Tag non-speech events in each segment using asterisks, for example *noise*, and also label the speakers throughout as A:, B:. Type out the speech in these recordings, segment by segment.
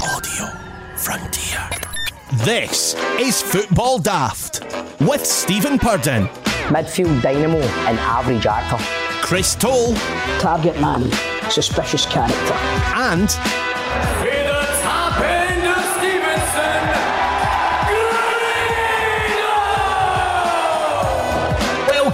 A: Radio Frontier. This is Football Daft with Stephen Purden,
B: midfield dynamo and average actor.
A: Chris Toll,
C: Target man, suspicious character.
A: and
D: In the top end of Stevenson,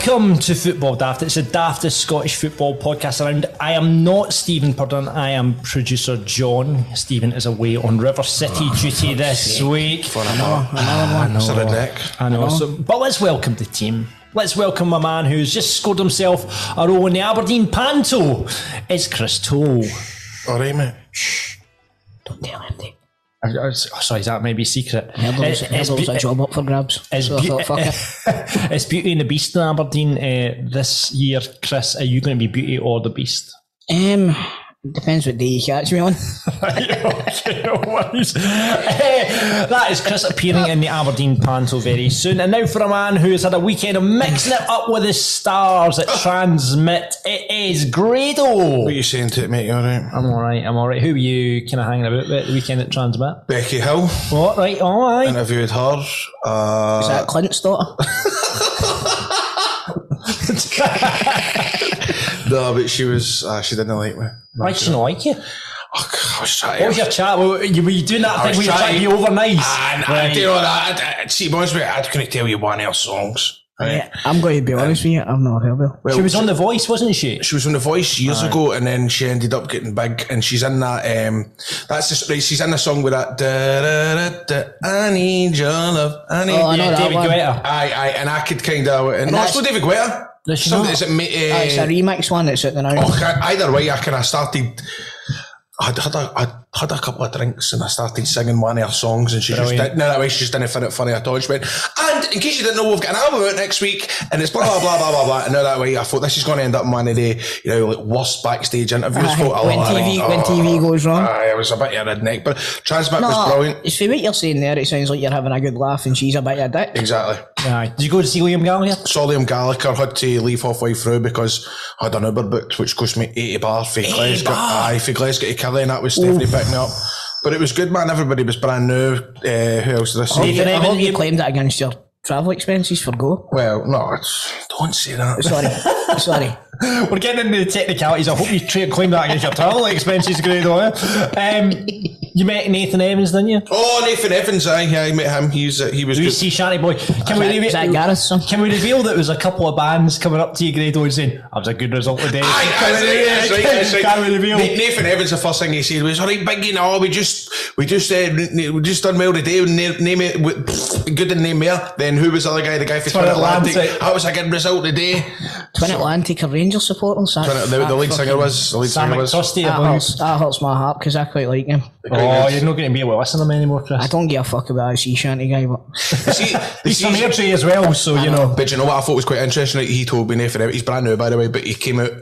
E: Welcome to Football Daft. It's the daftest Scottish football podcast around. I am not Stephen Purden. I am producer John. Stephen is away on River City
C: Ah,
E: duty this week. For another,
F: Ah,
E: I know. I know. So, but let's welcome the team. Let's welcome a man who's just scored himself a role in the Aberdeen Panto. It's Chris Toll.
F: All right, mate.
C: Don't tell him, Dave.
E: I- I was- oh, sorry, is that maybe secret?
C: Herbals,
E: It- it's
C: Herbals
E: be-
C: a job up for grabs.
E: It's,
C: so I
E: be-
C: thought, fuck it.
E: *laughs* it's Beauty and the Beast in Aberdeen uh, this year. Chris, are you going to be Beauty or the Beast?
C: Um, depends what day you catch me on.
E: Okay, no worries. Eh, that is Chris appearing in the Aberdeen Panto very soon. And now for a man who has had a weekend of mixing it up with his stars at Transmit, it is
F: What are
E: Grado.
F: you saying to it, mate? You all right?
E: I'm all right, I'm all right. Who were you kind of hanging about with the weekend at Transmit?
F: Becky Hill.
E: What, right, all right.
F: Interviewed her. Uh,
C: Is
E: Oh.
C: that Clint's daughter?
F: no, but she was. Uh, she didn't like me.
E: Why did she not like you?
F: Oh, I was
E: What
F: trying.
E: was your chat? Were you, were you doing that
F: I
E: thing
F: was
E: where you tried to be
F: trying- Ah,
E: over nice?
F: And I do know that. I, I, see, most of it, I couldn't tell you one of her songs. Right?
C: I'm going to be honest with you, I've never heard of her.
E: she was on The Voice, wasn't she?
F: She was on The Voice years ago, and then she ended up getting big. And she's in that. Um, that's just right. She's in the song with that. Da, da, da, da, I need your love. I need.
C: Oh, I know
E: Yeah,
C: that
E: David
C: one.
E: Guetta.
F: Aye, aye, and I could kind of. And no,
C: that's-
F: it's not David Guetta.
C: No, she's
F: Something-
C: not.
F: Is it, ma- eh,
C: Uh, it's a remix one that's out there now.
F: Oh, I- either way, I kind of started. I'd had a, I'd had a couple of drinks and I started singing one of her songs and she just
E: Brilliant.
F: did, no, that way she just didn't find it funny at all. She went, and in case you didn't know, we've got an album out next week and it's blah, blah, blah, blah, blah, blah. And now that way, I thought this is going to end up in one of the, you know, like worst backstage interviews.
C: Aye,
F: Thought, I
C: when
F: love that.
C: TV
F: Oh,
C: when TV goes wrong.
F: Aye, I was a bit of a redneck, but Transmit was brilliant.
C: it's for what you're saying there, it sounds like you're having a good laugh and she's a bit of a dick.
F: Exactly.
E: Aye. Did you go to see William Gallagher?
F: Saw Liam Gallagher had to leave halfway through because I had an Uber booked, which cost me 80 bar for Glasgow. Aye, for Glasgow to Kelly, and that was Stephanie picking up. But it was good, man. Everybody was brand new. Uh, who else did I see?
E: Stephen
C: I hope
E: Evan,
C: you
E: you-
C: claimed that against your travel expenses for go.
F: Well, no, it's, don't say that. *laughs*
C: Sorry, sorry.
E: We're getting into the technicalities. I hope you tra- claim that against your travel expenses, Grado. eh? Um, you met Nathan Evans, didn't you?
F: Oh, Nathan Evans, aye, yeah, I met him. He's, uh, he was
E: Do you
F: good.
E: see Shanty Boy? Can we,
C: Is that Gareth's son?
E: can we reveal that it was a couple of bands coming up to you, Grado, and saying, that was a good result today?
F: Aye, aye,
E: Can
F: aye,
E: we-
F: aye, aye, aye, aye,
E: Can
F: aye.
E: we reveal?
F: Na- Nathan Evans, the first thing he said was, "All right, Biggie, no, we just, we just, uh, n- n- we just done well today. We na- Name it, we- pfft, good and name there. Then who was the other guy? The guy for
E: Twin
F: Twin Atlantic.
E: Atlantic.
F: That was a good result today.
C: Twin Atlantic or Rangers supporters? That,
F: Twin- the, the
C: that
F: lead singer
C: fucking-
F: was the lead
E: Sam
F: singer was.
E: McTusty,
C: Ah, That
E: I
C: hurts,
E: believe.
C: that hurts my heart because I quite like him.
E: Oh, you're not going to be able to listen to them anymore, Chris.
C: I don't give a fuck about a sea shanty guy, but
F: See, the
E: He's from
F: season-
E: Airdrie as well, so, you know.
F: But you know what I thought was quite interesting? Like, He told me Nathan Evans, he's brand new by the way, but he came out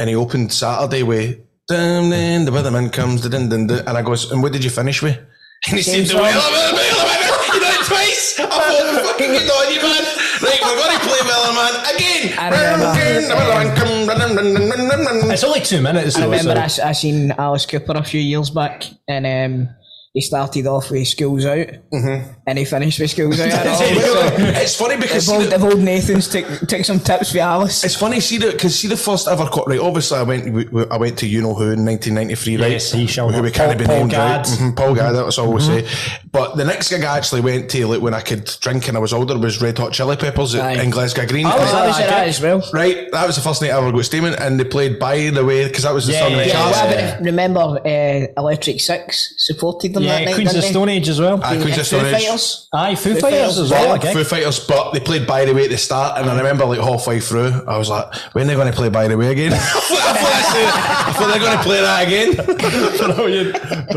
F: and he opened Saturday with "Dum, dum, the weatherman comes, da, dun, dun, dun," and I goes, and what did you finish with? *laughs* And he
C: Same
F: said, the
C: song.
F: weatherman, the weatherman." *laughs* you know it twice. I thought, fucking good on you, man. Right, we're going to play weatherman again.
C: I remember.
F: Dun, dun, the weatherman come, dun, dun, dun, dun, dun, dun, dun.
E: It's only two minutes,
C: I
E: though,
C: remember I,
E: so.
C: s- I seen Alice Cooper a few years back and um, he started off with Schools Out
F: Mm-hmm.
C: and he finished with Schools Out.
E: Is it really?
F: *laughs*
C: so
F: It's funny because
C: if
F: see,
C: old,
F: the-
C: if old Nathan's took, took some tips for Alice.
F: it's funny see that because see the first ever co- right. Obviously, I went we- we- I went to you know who in 1993, right?
E: Yes, he shall
F: Who we
E: not.
F: can't be
E: Paul- Paul Mm-hmm.
F: named, right?
E: Gadd.
F: Mhm, Paul Gadd. That's all we say. But the next gig I actually went to, like when I could drink and I was older, was Red Hot Chili Peppers at,
C: Aye.
F: in Glasgow Green.
E: I was
C: I was
E: like
C: at that
E: it.
C: as well.
F: Right, that was the first night I ever got steaming, and they played by the way because that was the
E: Yeah,
F: song of the
E: yeah,
C: Yeah,
F: Cars.
C: what
E: yeah.
C: about- remember uh, Electric Six supported them that
E: Yeah,
C: night.
E: Queens of the
C: didn't they?
E: Stone Age as well.
F: Aye, Queens
C: And
F: of
C: Foo
F: Stone Age.
C: Fighters.
E: Aye, Foo
C: Foo
E: Fighters as well, I
F: But
E: guess.
F: Foo Fighters, but they played By the Way at the start, and I remember like halfway through, I was like, "When are they going to play By the Way again?" *laughs* I thought they're going to play that again.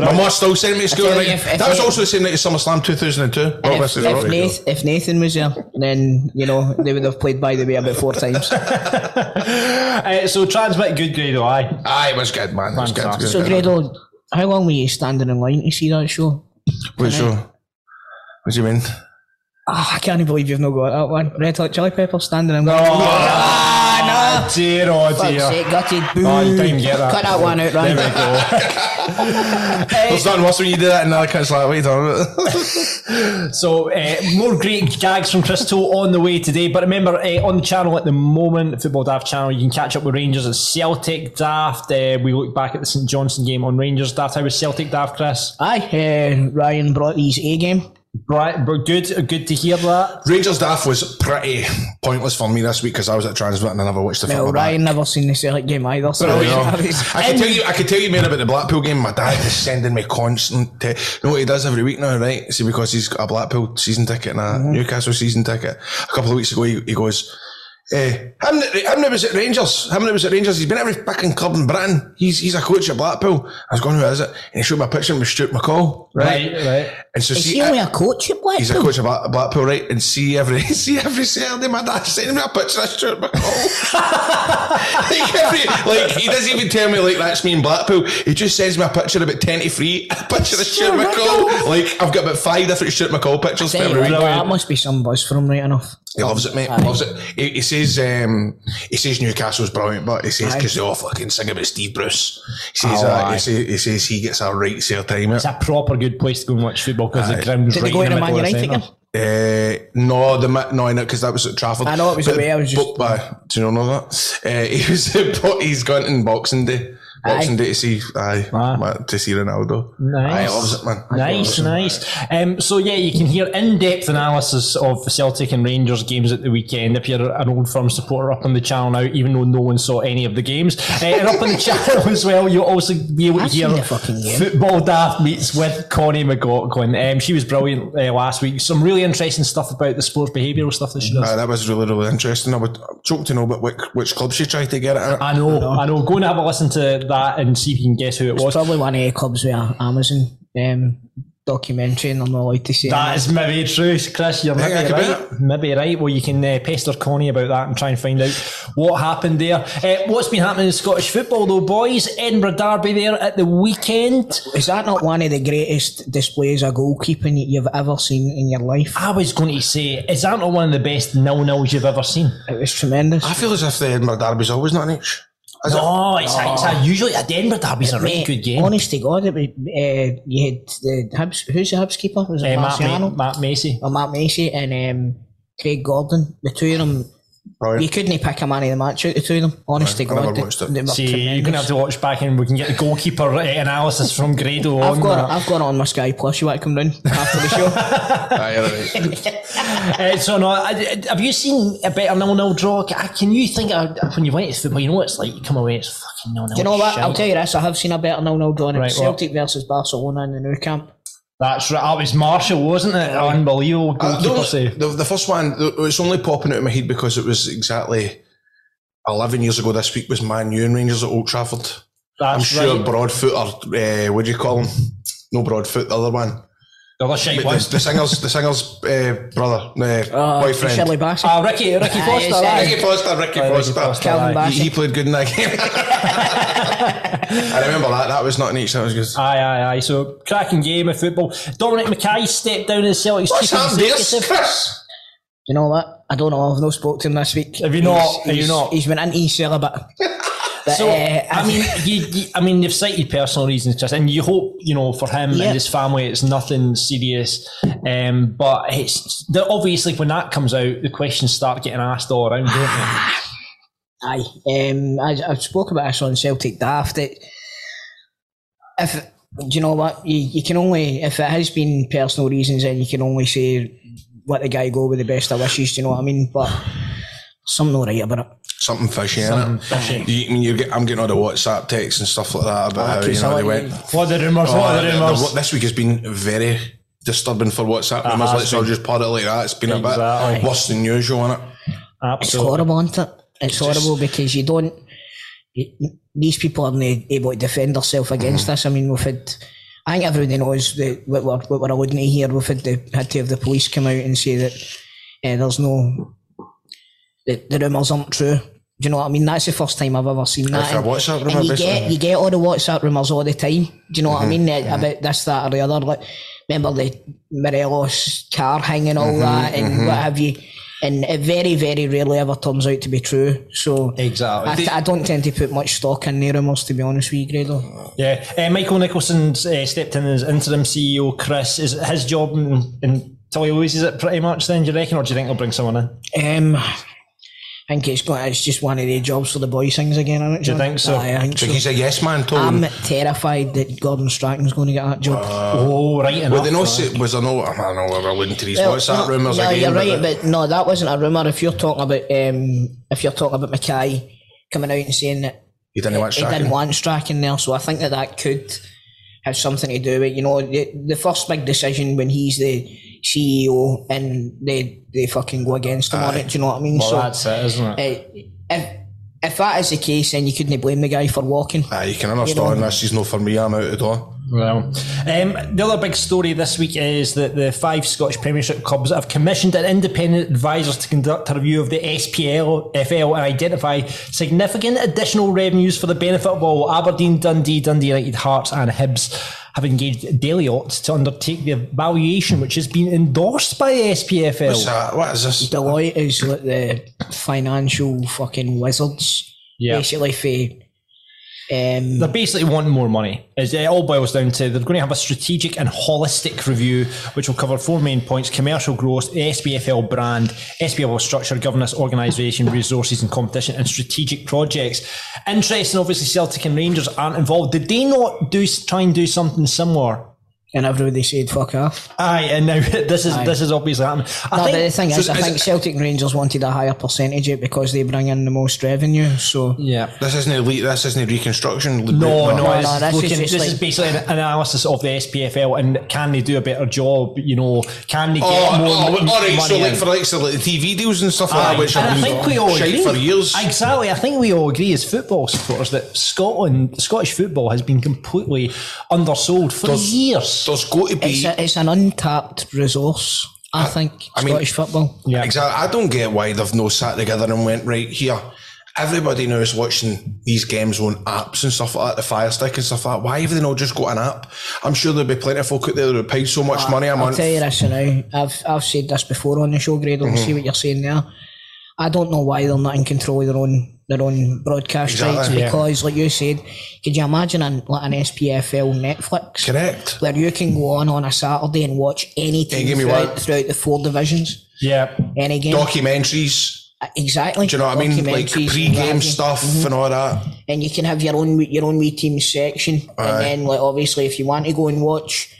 E: *laughs*
F: My mum still sent me to school.
C: I tell
F: Like,
C: you, if- if
F: that was
C: they-
F: also the same night as SummerSlam 2002. Well,
C: If,
F: Oh, this is
C: if,
F: already good.
C: Nathan, if Nathan was there, then you know they would have played by the way about
F: *laughs*
C: four times.
E: Uh, so, Transmit, good grade, oh, aye.
F: Aye, it was good, man. It was good. It was
C: so,
F: good.
C: Gredo, how long were you standing in line to see that show?
F: Wait, so, what do you mean?
C: Ah, I can't believe you've not got that one. Red Hot Chili Peppers standing in line.
E: Oh, Oh, dear, oh,
C: Fuck's
E: dear.
C: sake, gutted. Boo.
E: Oh, you didn't get that.
C: Cut that one out,
E: There
C: right?
E: we go.
C: *laughs*
F: There's nothing worse when you do that and the other kid's like, what are you talking about? *laughs*
E: So, uh, more great gags from Crystal on the way today. But remember, uh, on the channel at the moment, Football Daft channel, you can catch up with Rangers and Celtic Daft. Uh, we look back at the St Johnson game on Rangers Daft. How was Celtic Daft, Chris?
C: Aye, uh, Ryan brought his A game.
E: Right, but good, uh, good to hear that.
F: Rangers Daft was pretty pointless for me this week because I was at Transmit and I never watched the
C: Well,
F: film.
C: Ryan never seen the Celtic game either. So
F: I, can tell you, I can tell you more about the Blackpool game. My dad is sending me constant. Te- you know what he does every week now, right? See, because he's got a Blackpool season ticket and a
C: Mm-hmm.
F: Newcastle season ticket. A couple of weeks ago, he, he goes, eh, him, that- him that was at Rangers. Him that was at Rangers. He's been at every fucking club in Britain. He's he's a coach at Blackpool. I was going, who is it? And he showed me a picture with Stuart McCall, right?
E: Right, right.
F: And so
C: Is
F: see,
C: he
F: I-
C: only a coach at Blackpool?
F: He's a coach of Black- Blackpool, right? And see every *laughs* see every Saturday, my dad sending me a picture of
E: *laughs*
F: Stuart McCall. like, every, like he doesn't even tell me like that's me in Blackpool. He just sends me a picture about ten to three, a picture of Stuart McCall. Like I've got about five different Stuart McCall pictures for
C: Tell you
F: every
C: what,
F: week.
C: that must be some buzz for him, right enough.
F: He loves it, mate. Loves it. He, he says um, he says Newcastle's brilliant, but he says because they all fucking sing about Steve Bruce. He says,
E: Oh,
F: uh,
E: aye.
F: he, say, he says he gets a right sale time.
E: It's a proper good place to go and watch football because the ground's
C: Did
E: right
C: they go
E: in the
C: into Man
E: middle of the
C: United
E: centre.
C: again?
F: Uh, no, the ma- no, no, because that was at Trafford.
C: I know, it was away, I was just-
F: But, uh, do you know that? Uh, he was. *laughs* but he's gone in Boxing Day. Boxing Day to see, aye,
E: Ah.
F: ma- to see Ronaldo.
E: Nice.
F: Aye, loves it, man.
E: Nice,
F: Loves it.
E: nice. Um, so yeah, you can hear in-depth analysis of Celtic and Rangers games at the weekend. If you're an old firm supporter up on the channel now, even though no one saw any of the games, uh, and up on the *laughs* channel as well, you'll also be able to
C: I've seen
E: hear
C: the fucking game.
E: football daft meets with Connie McLaughlin. Um, she was brilliant uh, last week. Some really interesting stuff about the sports behavioural stuff that she does.
F: Aye, that was really, really interesting. I would choke to know but which, which club she tried to get it at.
E: I know, I know. Go and have a listen to that and see if you can guess who it was.
C: Probably one of the clubs with an Amazon um, documentary, and I'm not allowed to say
E: That is maybe true, Chris. You're
F: Think I
E: maybe
F: could
E: right.
F: bet?
E: Maybe right. Well, you can uh, pester Connie about that and try and find out what happened there. Uh, what's been happening in Scottish football, though, boys? Edinburgh Derby there at the weekend.
C: Is that not one of the greatest displays of goalkeeping that you've ever seen in your life?
E: I was going to say, is that not one of the best nil nils you've ever seen?
C: It was tremendous.
F: I feel as if the Edinburgh Derby's always not an itch. Is it?
E: No, Oh, it's, A, it's a usually a Edinburgh Derby's a really
C: Mate,
E: good game.
C: Honest to God, it was, uh, you had the Hibs, who's the Hibs keeper? Was it
E: Uh, Matt, Ma-
C: Marciano?
E: Matt Macy.
C: Or Matt Macy and um, Craig Gordon. The two of them,
F: Brilliant.
C: you couldn't pick a man of the match out of the two of them. Honest to
F: I never
C: God, they-
F: watched it.
C: they were
E: See, you're going to
C: tremendous.
E: have to watch back and we can get the goalkeeper uh, analysis from Grado on.
C: I've got,
E: that.
C: it, I've got it on my Sky Plus. You want to come down after the show?
F: Aye, all right.
E: Uh, so no, I, I- have you seen a better nil nil draw? I, can you think of, uh, when you went to football, you know what it's like. You come away, it's fucking nil nil.
C: you know what? I'll tell you this. I have seen a better 0 0 draw in
E: Right,
C: Celtic versus Barcelona in the new camp.
E: That's right. That was Marshall, wasn't it? Unbelievable
F: Uh,
E: goalkeeper
F: those-
E: save.
F: The, the first one, th- it's only popping out of my head because it was exactly 11 years ago this week was Man U and Rangers at Old Trafford.
E: That's
F: I'm sure
E: right.
F: Broadfoot or uh, what do you call him? No Broadfoot, the other one.
E: The other shite
F: The,
E: one.
F: the, the singer's the singer's uh, brother, uh, boyfriend.
C: Shirley Bassey.
E: Ah, Ricky, Ricky
C: Ah,
E: Foster.
C: yes,
E: aye.
F: Ricky Foster, Ricky
E: Aye, Ricky
F: Foster.
E: Foster,
C: Calvin
E: aye.
C: Bassey.
F: He, he played good in that
E: *laughs*
F: game. I remember that. That was not an each. That was good.
E: Aye, aye, aye. So cracking game of football. Dominic Mackay stepped down as Celtic's
F: What's
E: chief
F: happened there,
E: executive.
F: Chris?
C: You know what? I don't know. I've not spoke to him this week.
E: Have you not?
C: He's-
E: Have you
C: he's-
E: not?
C: He's been
E: *laughs*
C: anti-celibate. But,
E: So,
C: uh,
E: Eh, I mean, you, you, I mean, they've cited personal reasons, Chris, and you hope, you know, for him
C: Yeah.
E: and his family, it's nothing serious. Um, but it's the- obviously when that comes out, the questions start getting asked all around, don't they?
C: aye. Um, I, I spoke about this on Celtic Daft. It, if do you know what you, you can only if it has been personal reasons, then you can only say let the guy go with the best of wishes. Do you know what I mean? But something all right about it.
F: something fishy in it. You, I mean, you get, I'm getting all the WhatsApp texts and stuff like that
E: Ah,
F: about how you know they went.
E: *sighs* What are the rumours? what
F: Oh,
E: are the
F: the-
E: rumours?
F: the- this week has been very disturbing for WhatsApp numbers.
E: Ah, has
F: Let's all just put it like that. It's been a bit
E: Exactly.
F: worse than usual, is it?
C: It's
E: Absolutely.
C: horrible, isn't it? It's horrible because you don't. you- These people aren't able to defend themselves against this. I mean, we've had. I think everybody knows that what we're, what we're alluding to here. We've had, the, had to have the police come out and say that eh, there's no. The, the rumours aren't true. Do you know what I mean? That's the first time I've ever seen that.
F: a
C: And-
F: WhatsApp
C: and
F: rumour,
C: you get
F: basically.
C: you get all the WhatsApp rumours all the time. Do you know what I mean?
E: Mm-hmm.
C: Eh, About this, that, or the
E: Mm-hmm,
C: other. Like, remember the Morelos car hanging, all that, and what have you. and it very, very rarely ever turns out to be true. So
E: Exactly.
C: I, I don't tend to put much stock in the rumours, to be honest with you, Grado.
E: Yeah, uh, Michael Nicholson uh, stepped in as interim CEO. Chris, is it his job in, in Tully Louise? Is it pretty much then? Do you reckon, or do you think they'll bring
F: Uh,
E: someone in?
C: Um, I think it's got, it's just one of the jobs for the boy sings again. Isn't it,
E: Do you
C: John?
E: think so?
C: Aye, I think
F: So
C: so.
F: he's a yes man,
C: I'm
F: Tom.
C: terrified that Gordon Strachan's going to get that job.
E: Oh, right enough.
F: Well, they know, se- was there no, I don't know, we're alluding to these
C: Well,
F: WhatsApp
C: no,
F: Oh, rumours
C: no,
F: again.
C: you're
F: but
C: right,
F: the-
C: but no, that wasn't a rumor. If you're talking about, um, if you're talking about Mackay coming out and saying that
F: He didn't want
C: he didn't
F: Strachan.
C: want Strachan there, so I think that that could have something to do with you know the, the first big decision when he's the CEO and they they fucking go against him on it. Do you know what I mean?
E: Well,
C: so
E: that's it, isn't it?
C: eh, if if that is the case, then you couldn't blame the guy for walking.
F: Aye, you can understand this is no for me, I'm out the door.
E: Well, um, the other big story this week is that the five Scottish Premiership clubs have commissioned an independent advisor to conduct a review of the SPL FL and identify significant additional revenues for the benefit of all. Aberdeen, Dundee, Dundee United, Hearts, and Hibs have engaged Deliot to undertake the evaluation, which has been endorsed by the SPFL.
F: What's that? What is this?
C: Deloitte is like the financial fucking wizards,
E: Yeah.
C: basically for um,
E: They're basically wanting more money. As it all boils down to, they're going to have a strategic and holistic review, which will cover four main points: commercial growth, SBFL brand, SBFL structure, governance, organisation, resources, and competition, and strategic projects. Interesting, obviously, Celtic and Rangers aren't involved. Did they not do try and do something similar?
C: and everybody said fuck off.
E: Aye, and now *laughs* this is this is obviously happening. I
C: No,
E: think-
C: but the thing
E: so
C: is, I think Celtic and Rangers wanted a higher percentage of it because they bring in the most revenue. So
E: yeah.
F: This isn't, le- this isn't reconstruction.
E: No, no,
C: no,
E: it's
C: no, that's
E: looking-
C: just-
E: this
C: it's
E: is
C: like-
E: basically an analysis of the SPFL and can they do a better job? You know, can they get
F: Oh,
E: more
F: oh,
E: mon-
F: all right, so
E: money
F: like
E: in?
F: for like, so like the TV deals and stuff like
E: Aye.
F: that, which
E: And Uh, I
F: have
E: think we all
F: been shite
E: agree.
F: for years.
E: Exactly, I think we all agree as football supporters that Scotland, Scottish football, has been completely undersold for years.
F: There's got to
C: it's
F: be.
C: a, it's an untapped resource, I, think.
F: I mean-
C: Scottish football.
E: Yeah.
F: Exactly. I don't get why they've no sat together and went right here. Everybody now is watching these games on apps and stuff like that, the Fire Stick and stuff like that. Why have they not just got an app? I'm sure there'll be plenty of folk out there who pay so much money a
C: Ah, I'll
F: month.
C: tell you this now. I've I've said this before on the show, Grado.
F: Mm-hmm.
C: and See what you're saying there. I don't know why they're not in control of their own their own broadcast
F: Exactly,
C: rights
F: yeah.
C: because, like you said, could you imagine an, like an SPFL Netflix
F: Correct.
C: where you can go on on a Saturday and watch any team
F: give me one.
C: throughout, throughout the four divisions,
E: Yeah,
C: any game,
F: Documentaries.
C: exactly.
F: Do you know what I mean? Like
C: Documentaries Mm-hmm. and what
F: pre-game
C: have you.
F: stuff and all that.
C: and you can have your own wee- your own wee team section, and then like obviously if you want to go and watch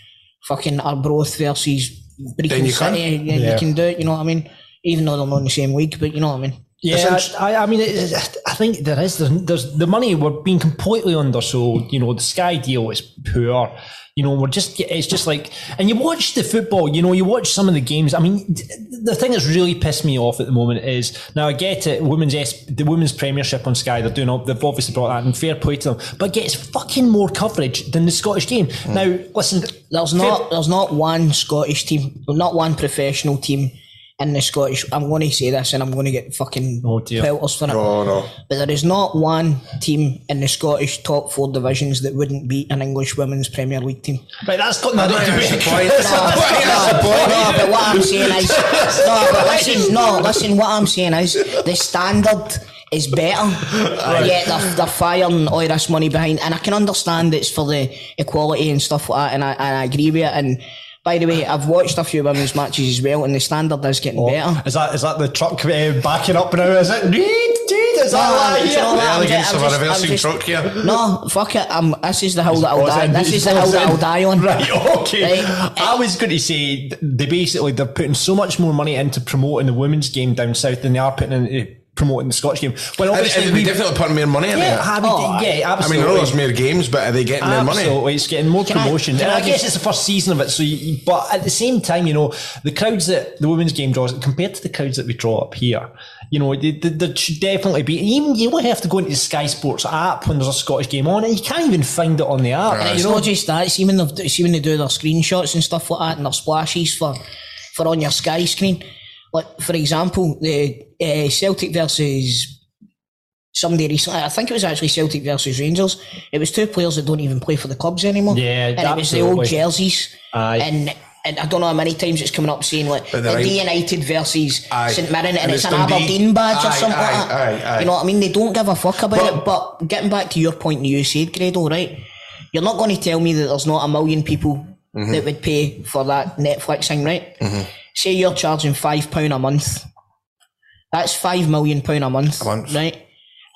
C: fucking Arbroath versus Brecon
F: you can.
C: City, then
E: Yeah.
C: you can do it. You know what I mean? Even though they're not in the same league, but you know what I mean.
E: yeah. I, I mean, it, I think there is there's, there's the money we're being completely undersold. You know, the Sky deal is poor. You know, we're just it's just like, and you watch the football. You know, you watch some of the games. I mean, th- the thing that's really pissed me off at the moment is now I get it. Women's S, the women's Premiership on Sky, they're doing all, they've obviously brought that in. Fair play to them, but gets fucking more coverage than the Scottish game. Now, listen,
C: There's not there's not one Scottish team, not one professional team in the Scottish. I'm going to say this, and I'm going to get fucking
E: Oh, dear.
C: pelters for it.
F: Oh no.
C: But there is not one team in the Scottish top four divisions that wouldn't be an English women's Premier League team.
E: Right, that's got nothing to do with it.
C: *laughs* No, but what I'm saying *laughs* is, no, but listen, no, listen, what I'm saying is, the standard is better, yet they're, they're firing all this money behind, and I can understand it's for the equality and stuff like that, and I, and I agree with it, and by the way, I've watched a few women's matches as well, and the standard is getting better.
E: Is that is that the truck uh, backing up now? Is it? Dude, dude, is that
C: Do you know
E: that?
F: The
C: what, I'm ju-
F: elegance
C: I'm
F: of a
C: just- I'm
F: reversing
C: just-
F: truck here.
C: No, fuck it. I'm, this is the hill that I'll
E: Oh,
C: die.
E: then
C: This
E: he's
C: is the hill that I'll
E: frozen.
C: die on.
E: *laughs* Right, okay.
C: Right.
E: I was going to say th- they basically they're putting so much more money into promoting the women's game down south than they are putting into promoting the Scottish game. Well,
F: And,
E: obviously
F: and they
E: we,
F: definitely putting more money in
E: yeah,
F: there.
E: I would-
C: Oh,
E: yeah,
F: I mean,
E: absolutely.
F: I know there's more games, but are they getting their money?
E: Absolutely, it's getting more
C: I-
E: promotion.
C: can
E: and
C: I
E: I, guess
C: just-
E: it's the first season of it. So, you, but at the same time, you know, the crowds that the women's game draws compared to the crowds that we draw up here, you know, they, they, there should definitely be. Even you only have to go into the Sky Sports app when there's a Scottish game on, and you can't even find it on the app.
F: Right.
E: You
C: It's
E: know,
C: not just that. See when they see when they do their screenshots and stuff like that, and their splashes for for on your Sky screen. Like for example, the uh, Celtic versus somebody recently. I think it was actually Celtic versus Rangers. It was two players that don't even play for the clubs anymore.
E: Yeah,
C: and it was the
E: absolutely.
C: old jerseys.
E: Aye.
C: And and I don't know how many times it's coming up saying like
F: But
C: the
F: they're right.
C: United versus
F: Aye.
C: St Mirren, and,
F: And
C: it's,
F: it's
C: an
F: Dundee.
C: Aberdeen badge or
F: Aye,
C: something
F: aye,
C: like that.
F: aye, aye.
C: You know what I mean? They don't give a fuck about
F: But-
C: it. But getting back to your point, you said Grado, right? You're not going to tell me that there's not a million people
F: Mm-hmm.
C: that would pay for that Netflix thing, right? Say you're charging five pound a month. That's five million pound a month,
F: A month.
C: right? Do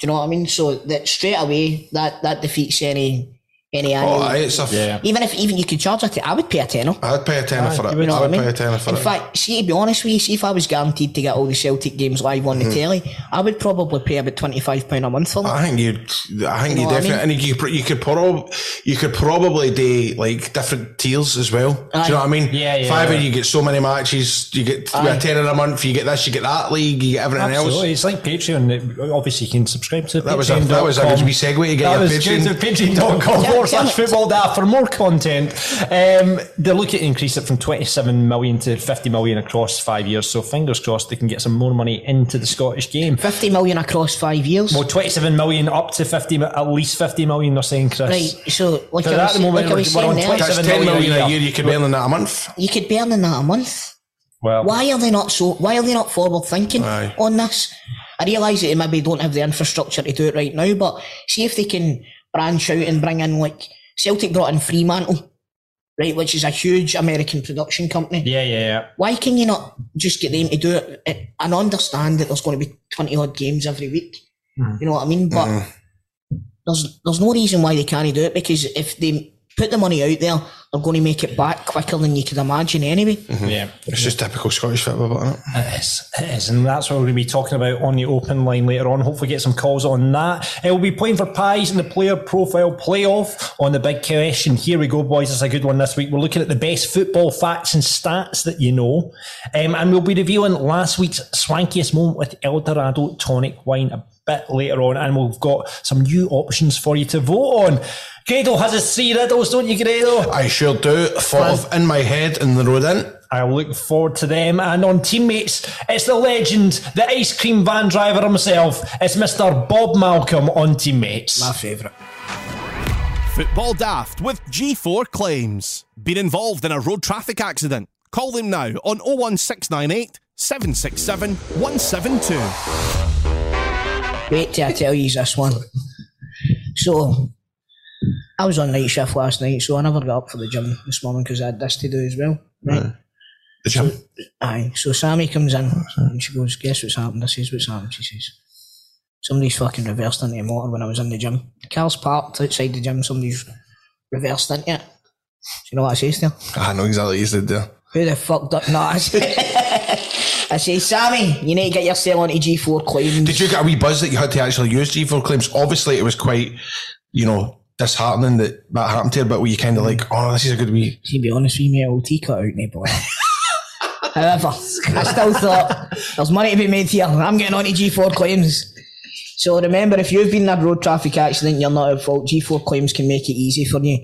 C: you know what I mean? So that straight away, that that defeats any any annual
F: Oh, aye, it's a.
E: Yeah.
C: even if even you could charge a t- I would pay a tenner.
F: I'd pay a tenner for
C: Ah, You
F: it.
C: know
F: I
C: what I
F: would
C: mean?
F: pay a tenner for
C: In
F: it.
C: fact, see to be honest with you, see if I was guaranteed to get all the Celtic games live
E: Mm-hmm.
C: on the telly, I would probably pay about twenty five pound a month for
E: Ah.
C: that.
F: I think you'd, I think you,
C: know what I
F: definitely, and you could, pro- you could probably, you could probably do like different tiers as well. Do
C: Aye.
F: you know what I mean?
E: Yeah, yeah,
F: Five,
E: yeah.
F: you get so many matches, you get a tenner a month, you get this, you get that league, you get everything
E: Absolutely. It's
F: else.
E: like Patreon. Obviously, you can subscribe to
F: That was a- that was a
E: patreon.com.
F: good wee segue to get
E: that
F: your
E: was
F: Patreon.
E: good. Patreon.com forward slash
C: damn it.
E: football daft for more content. Um, they're looking to increase it from 27 million to 50 million across five years. So fingers crossed they can get some more money into the Scottish game.
C: Fifty million across five years.
E: Well, 27 million up to 50, mi- at least 50 million, they're saying, Chris.
C: right. So like
E: So
C: I
E: at
C: was,
E: the moment,
C: like I was
E: we're
C: saying
E: on
C: there,
E: 20
F: That's
E: 7
F: ten
E: million a
F: million a
E: year.
F: year. You could earn in that a month.
C: you could burn in that a month.
E: Well,
C: Why are they not so? Why are they not forward thinking
F: Aye.
C: on this? I realise that they maybe don't have the infrastructure to do it right now, but see if they can branch out and bring in like Celtic brought in Fremantle, right, which is a huge American production company.
E: Yeah, yeah, yeah.
C: Why can you not just get them to do it? I- And understand that there's going to be twenty odd games every week. You know what I mean? But there's there's no reason why they can't do it because if they put the money out there, they're going to make it back quicker than you could imagine anyway.
F: Mm-hmm.
E: Yeah.
F: It's just typical Scottish football, isn't it?
E: It is, it is, and that's what we're going to be talking about on the open line later on. Hopefully, get some calls on that. Uh, we'll be playing for pies in the player profile playoff on the big question. Here we go, boys. It's a good one this week. We're looking at the best football facts and stats that you know, um, and we'll be reviewing last week's swankiest moment with El Dorado tonic wine a bit later on, and we've got some new options for you to vote on. Grado has his three riddles, don't you, Grado?
F: I sure do. Thought of in my head and the road in.
E: I look forward to them. And on teammates, it's the legend, the ice cream van driver himself. It's Mr. Bob Malcolm on teammates.
C: favourite.
A: Football Daft with G4 Claims. Been involved in a road traffic accident? Call them now on 01698 767 172.
C: Wait till I tell you this one. So, I was on night shift last night, so I never got up for the gym this morning because I had this to do as well. Right?
F: The gym.
C: Aye. So Sammy comes in and she goes, "Guess what's happened?" I says, "What's happened?" She says, "Somebody's fucking reversed into the motor when I was in the gym. The car's parked outside the gym. Somebody's reversed into it." Do you know what I says to her?
F: I know exactly what you said there.
C: Who the fuck? Do- *laughs* no, I say, I say, Sammy, you need to get yourself onto G4 claims.
F: Did you get a wee buzz that you had to actually use G4 claims? Obviously, it was quite, you know, disheartening that that happened to you, but were you kind of like, oh, this is a good wee.
C: To be honest with me, I'll take it out now, boy. However, I still thought there's money to be made here. I'm getting on to G4 claims. So remember, if you've been in a road traffic accident, you're not at fault. G4 claims can make it easy for you.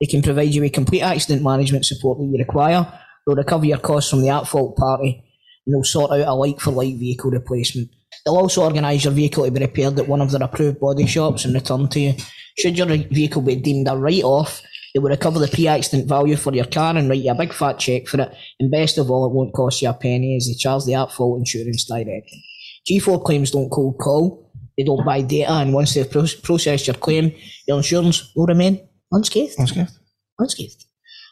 C: They can provide you with complete accident management support that you require. They'll recover your costs from the at fault party and they'll sort out a like for like vehicle replacement. They'll also organise your vehicle to be repaired at one of their approved body shops and returned to you. Should your vehicle be deemed a write off, they will recover the pre accident value for your car and write you a big fat cheque for it. And best of all, it won't cost you a penny as they charge the at fault insurance directly. G4 claims don't cold call, they don't buy data, and once they've pro- processed your claim, your insurance will remain unscathed. Unscathed.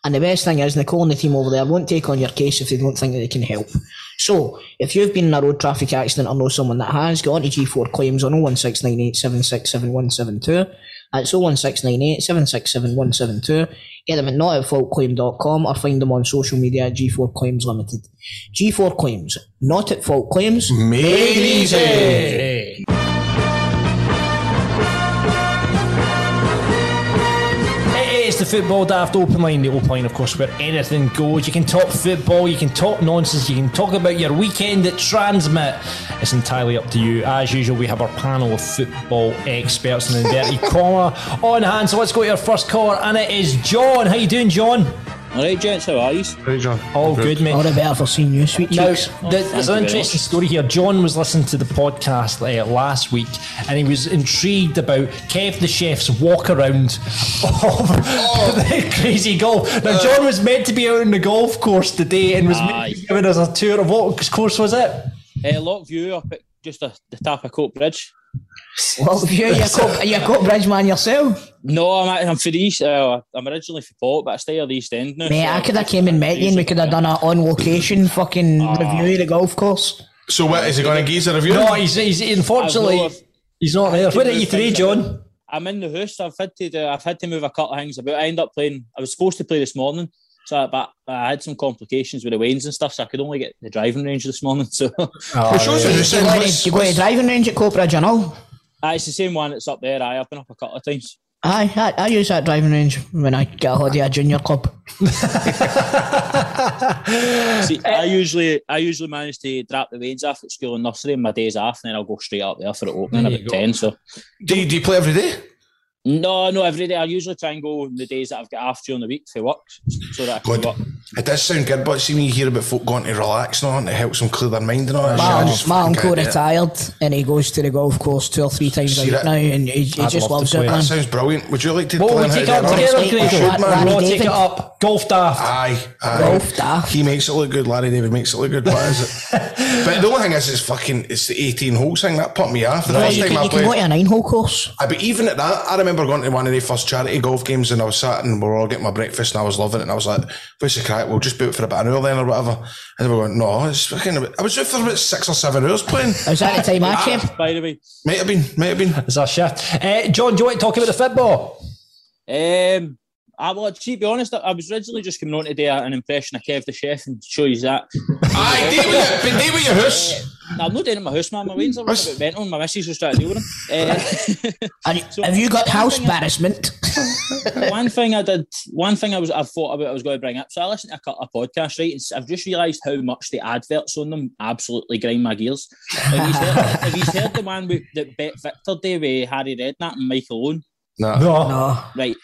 C: And the best thing is, Nicole and the team over there won't take on your case if they don't think that they can help. So, if you've been in a road traffic accident or know someone that has, go on to G4 Claims on 01698 767 172. That's 01698 767 172. Get them at notatfaultclaim.com or find them on social media at G4 Claims Limited. G4 Claims, not at fault claims.
F: Mm-hmm. Made easy.
E: It is the Football Daft Open Line, the open line, of course, where anything goes. You can talk football, you can talk nonsense, you can talk about your weekend at Transmit. It's entirely up to you. As usual, we have our panel of football experts in the dirty comma on hand. So let's go to our first caller, and it is John. How you doing, John?
G: All right, gents, how are you?
F: Right, John.
E: All good, mate.
C: All the better for seeing you, sweet
E: Now,
C: cheeks.
E: th- there's an interesting story here. John was listening to the podcast uh, last week and he was intrigued about Kev the Chef's walk around *laughs* of
G: Oh.
E: the crazy golf. Now, John was meant to be out on the golf course today and was meant to be
G: Aye.
E: giving us a tour of what course was it?
G: Uh, Lockview up at just a, the top of Cope Bridge.
C: Well, if *laughs* you're, you're, Cop, you're a Cop Bridge man yourself.
G: No, I'm at- I'm for the East. Uh, I'm originally for Port, but I stay at the East End now.
C: Mate, I could have came and met you and we could have done a on location fucking review of the golf course.
F: So what is he going to give us a review?
E: No, he's, he's
G: I've
E: unfortunately,
G: no-
E: he's not there. Where are you today, John?
G: I'm in the house. I've had to do, I've had to move a couple of things about. I ended up playing. I was supposed to play this morning, so but I had some complications with the wains and stuff, so I could only get the driving range this morning. *laughs* So
F: Well, show us what you're
C: You
F: saying.
C: Oh, go,
F: What's-
C: to, you go to driving range at Cop Bridge and all.
G: aye, it's the same one that's up there. Aye, I've been up a couple of times.
C: Aye, I, I use that driving range when I get a hold of a junior club.
G: See,
C: Eh.
G: I usually I usually manage to drop the wains off at school and nursery and my days off, and then I'll go straight up there for the opening
E: There you
G: about
E: go.
G: ten. So
F: do, you, do you play every day?
G: no, no, every day I usually try and go on the days that I've got off during the week for work, so that I can
F: Good.
G: work.
F: It does sound good, but see when you hear about folk going to relax and all, and it helps them clear their mind and all that shit, I
C: My,
F: just
C: my
F: fucking
C: uncle
F: can't do it.
C: retired and he goes to the golf course two or three times a
F: See
C: week
F: that?
C: now and he, he
E: I'd
C: just
E: love
C: loves
E: to
C: it,
E: play.
C: man.
F: That sounds brilliant. Would you like to
E: What
F: learn
E: we
F: how to
E: take
F: do
E: it up
F: that?
E: together,
C: Honestly,
E: Craig?
C: Ra- Ra-
E: We'll
C: Ra-
E: take it
C: David.
E: up. Golf daft.
F: Aye, aye.
C: Golf daft.
F: He makes it look good. Larry David makes it look good. What is
C: *laughs*
F: it? but the only thing is, it's fucking it's the eighteen holes thing that put me off. The first
C: You,
F: time
C: can,
F: I
C: you can go to
F: played,
C: a nine hole course.
F: I, but even at that, I remember going to one of the first charity golf games, and I was sat and we were all getting my breakfast, and I was loving it, and I was like, "What's the crack? We'll just boot for about an hour then, or whatever." And they were going, "No, it's fucking." I was out for about six or seven hours playing.
C: Was that the time
F: Ah.
C: I came?
G: By the way,
F: Might have been, might have been.
E: It's our shift. Uh, John, do you want to talk about the football?
G: Um, I well, to be honest, I was originally just coming on today an impression of Kev the chef and show you that.
F: *laughs* Aye, deal with it. Deal with your house.
G: No, I'm not doing it in my house, man. My wings are running a bit mental. and My missus was trying to deal with them.
C: *laughs* Are
G: *laughs*
C: you- have you got house
G: thing I-
C: embarrassment?
G: Uh, one thing I did, one thing I was, I thought about, I was going to bring up. So I listened to a couple of podcasts, right? And I've just realised how much the adverts on them absolutely grind my gears. Have you heard, have yous heard the one with that Bet Victor Day with Harry Redknapp and Michael Owen?
E: No.
C: no.
G: Right.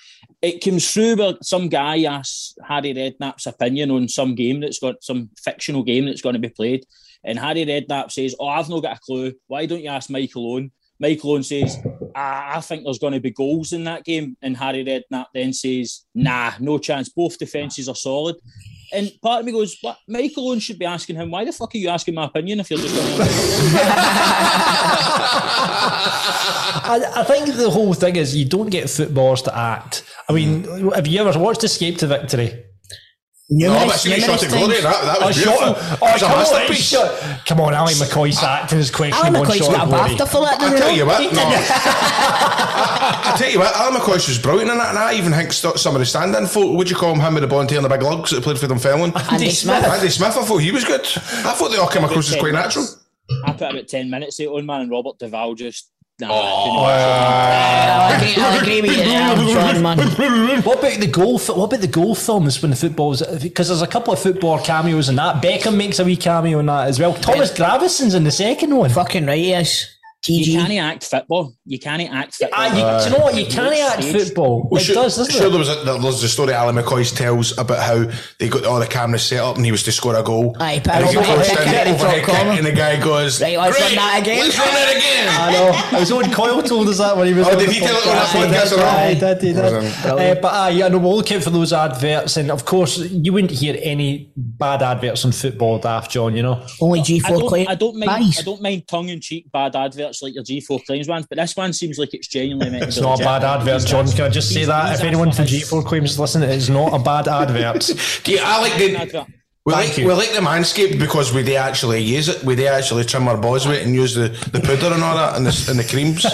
G: It comes through where some guy asks Harry Redknapp's opinion on some game that's got some fictional game that's going to be played. And Harry Redknapp says, Oh, I've not got a clue. Why don't you ask Michael Owen? Michael Owen says, I, I think there's going to be goals in that game. And Harry Redknapp then says, Nah, no chance. Both defences are solid. And part of me goes, What? Michael Owen should be asking him, Why the fuck are you asking my opinion if you're just going to.
E: I, I think the whole thing is you don't get footballers to act. I mean, have you ever watched Escape to Victory?
F: No,
C: Numerous-
F: but see, you
C: numerous
F: shot at
C: times.
F: glory. That, that was
E: shot-
F: beautiful.
E: oh,
F: It was a
E: come, on,
F: masterpiece.
E: it's shot- come on, Ali McCoy's acting is
C: Alan
E: questionable.
C: McCoy's
E: Shot
C: got
E: at
C: a
E: glory.
C: BAFTA for that.
F: I
C: didn't
F: tell
C: he?
F: you what, no. *laughs* I tell you what, Alan McCoy was brilliant in that, and I even think st- some of the stand-in folk, would you call him, him with the blonde hair and the big lugs that played for them Felon?
C: Andy Smith.
F: Andy Smith, I thought he was good. I thought they all came across as quite natural.
G: I put about 10 minutes out on, man, and Robert Duval just. Nah,
C: Oh, I agree, I agree with you there, John, man.
E: What about the goal? What about the goal films when the football's because there's a couple of football cameos in that. Beckham makes a wee cameo in that as well. Thomas Gravison's in the second one.
C: Fucking right, yes.
G: You can't
C: TG.
G: act football. You can't act football.
E: Ah, you, do you know what? You can't act football.
F: Well,
E: it
F: sure,
E: does, doesn't
F: sure
E: it?
F: there was a, there was the story Alan McCoy tells about how they got all the cameras set up and he was to score a goal.
C: Aye, but
F: and he
C: I don't
F: goes
C: like
F: down
C: that
F: the
C: kick,
F: overhead
C: dot com.
F: kick, and the guy goes,
C: Right,
F: "Great,
C: let's run that again."
F: let's run that again."
C: *laughs*
E: I know. It was Owen Coyle told us that when he was.
F: Oh,
E: on
F: did
E: the
F: he tell it on
E: podcast.
F: that podcast or not?
E: Aye, he did, he did. Uh,
C: Brilliant.
E: but aye, yeah, no, we'll look out for those adverts, and of course, you wouldn't hear any bad adverts on football, Daft John. You know,
C: Only
G: I
C: G4
G: don't,
C: claim.
G: I don't mind.
C: Nice.
G: I don't mind tongue in cheek bad adverts like your G4 claims ones, but this one seems like it's
E: *laughs*
G: genuinely meant.
E: it's not a bad advert, John. Can I just say that? If anyone from G4 claims listen, it is not a bad *laughs* advert.
F: Do you- I like the, We like,
E: you.
F: we like the manscaped because we they actually use it. We they actually trim our balls with it and use the, the powder and all that and the, and the creams.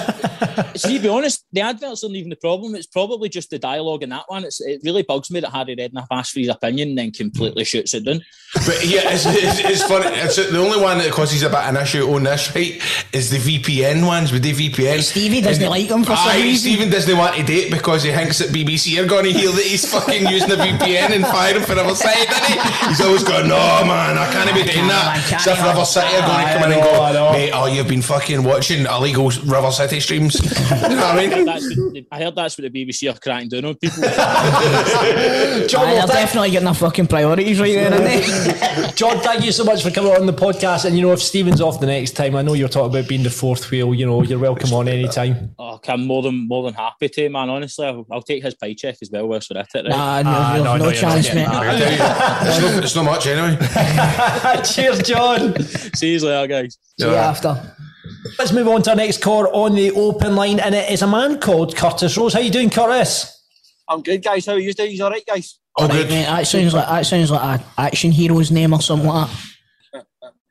G: See, to be honest, the adverts aren't even the problem. It's probably just the dialogue in that one. It's, it really bugs me that Harry Redknapp asks for his opinion and then completely shoots it down.
F: but yeah, it's, it's, it's funny. It's the only one that causes a bit of an issue on this, right? Is the VPN ones with the VPN.
C: Stevie doesn't like them for some
F: Aye,
C: reason.
F: Stephen doesn't want to date because he thinks that BBC are going to hear that he's fucking using the VPN and firing for River City, doesn't he? He's always going, no, man, I can't be doing
C: I
F: that.
C: can't, Ah,
F: So if
C: I
F: River City are going
E: I
F: to come in and
E: know, I know.
F: go, mate, oh, you've been fucking watching illegal River City streams. *laughs* You know what I mean?
G: That's what the- I heard that's what the BBC are cracking down on people.
E: John,
C: Aye,
E: well,
C: they're
E: thank-
C: definitely getting their fucking priorities right there,
F: *laughs*
C: aren't they?
E: John, thank you so much for coming on the podcast. And you know, if Stephen's off the next time, I know you're talking about being the fourth wheel. You know, you're welcome on anytime.
G: oh, I'm more than more than happy to, man. Honestly, I'll, I'll take his paycheck as well. Whilst we're at it, right? *laughs*
C: Nah, no,
E: Ah,
C: no,
E: no,
C: no
E: no, you're
C: chance,
E: not
C: mate.
E: getting
F: I tell you, it's, no, it's not much
C: *laughs*
F: anyway.
E: *laughs* Cheers, *laughs* John.
G: See you later, guys.
C: See you after.
E: Let's move on to our next caller on the open line, and it is a man called Curtis Rose. How you doing, Curtis?
H: I'm good, guys. How are you doing? You all right, guys?
F: All
C: Right,
F: good.
C: mate, that sounds like that sounds like an action hero's name or something like that.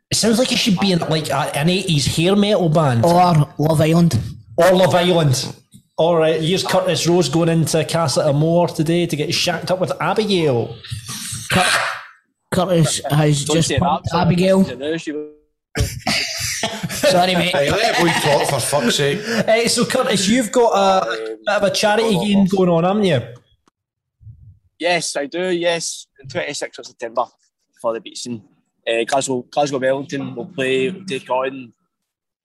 E: It sounds like it should be in like a- an eighties hair metal band
C: Or Love Island.
E: or Oh, Love Island. All right, here's Curtis Rose going into Casa Amor today to get shacked up with Abigail.
C: Curtis has
H: Don't
C: just
H: say
C: pumped
H: that.
C: Abigail.
H: No, she was-
C: Sorry, mate.
E: *laughs*
F: Hey, let that boy talk for fuck's sake.
E: Eh, so Curtis, you've got a bit of a charity game going on, haven't you?
H: Yes, I do. Yes, on 26th of September for the Beatson. Uh, Glasgow, Glasgow Wellington will play, will take on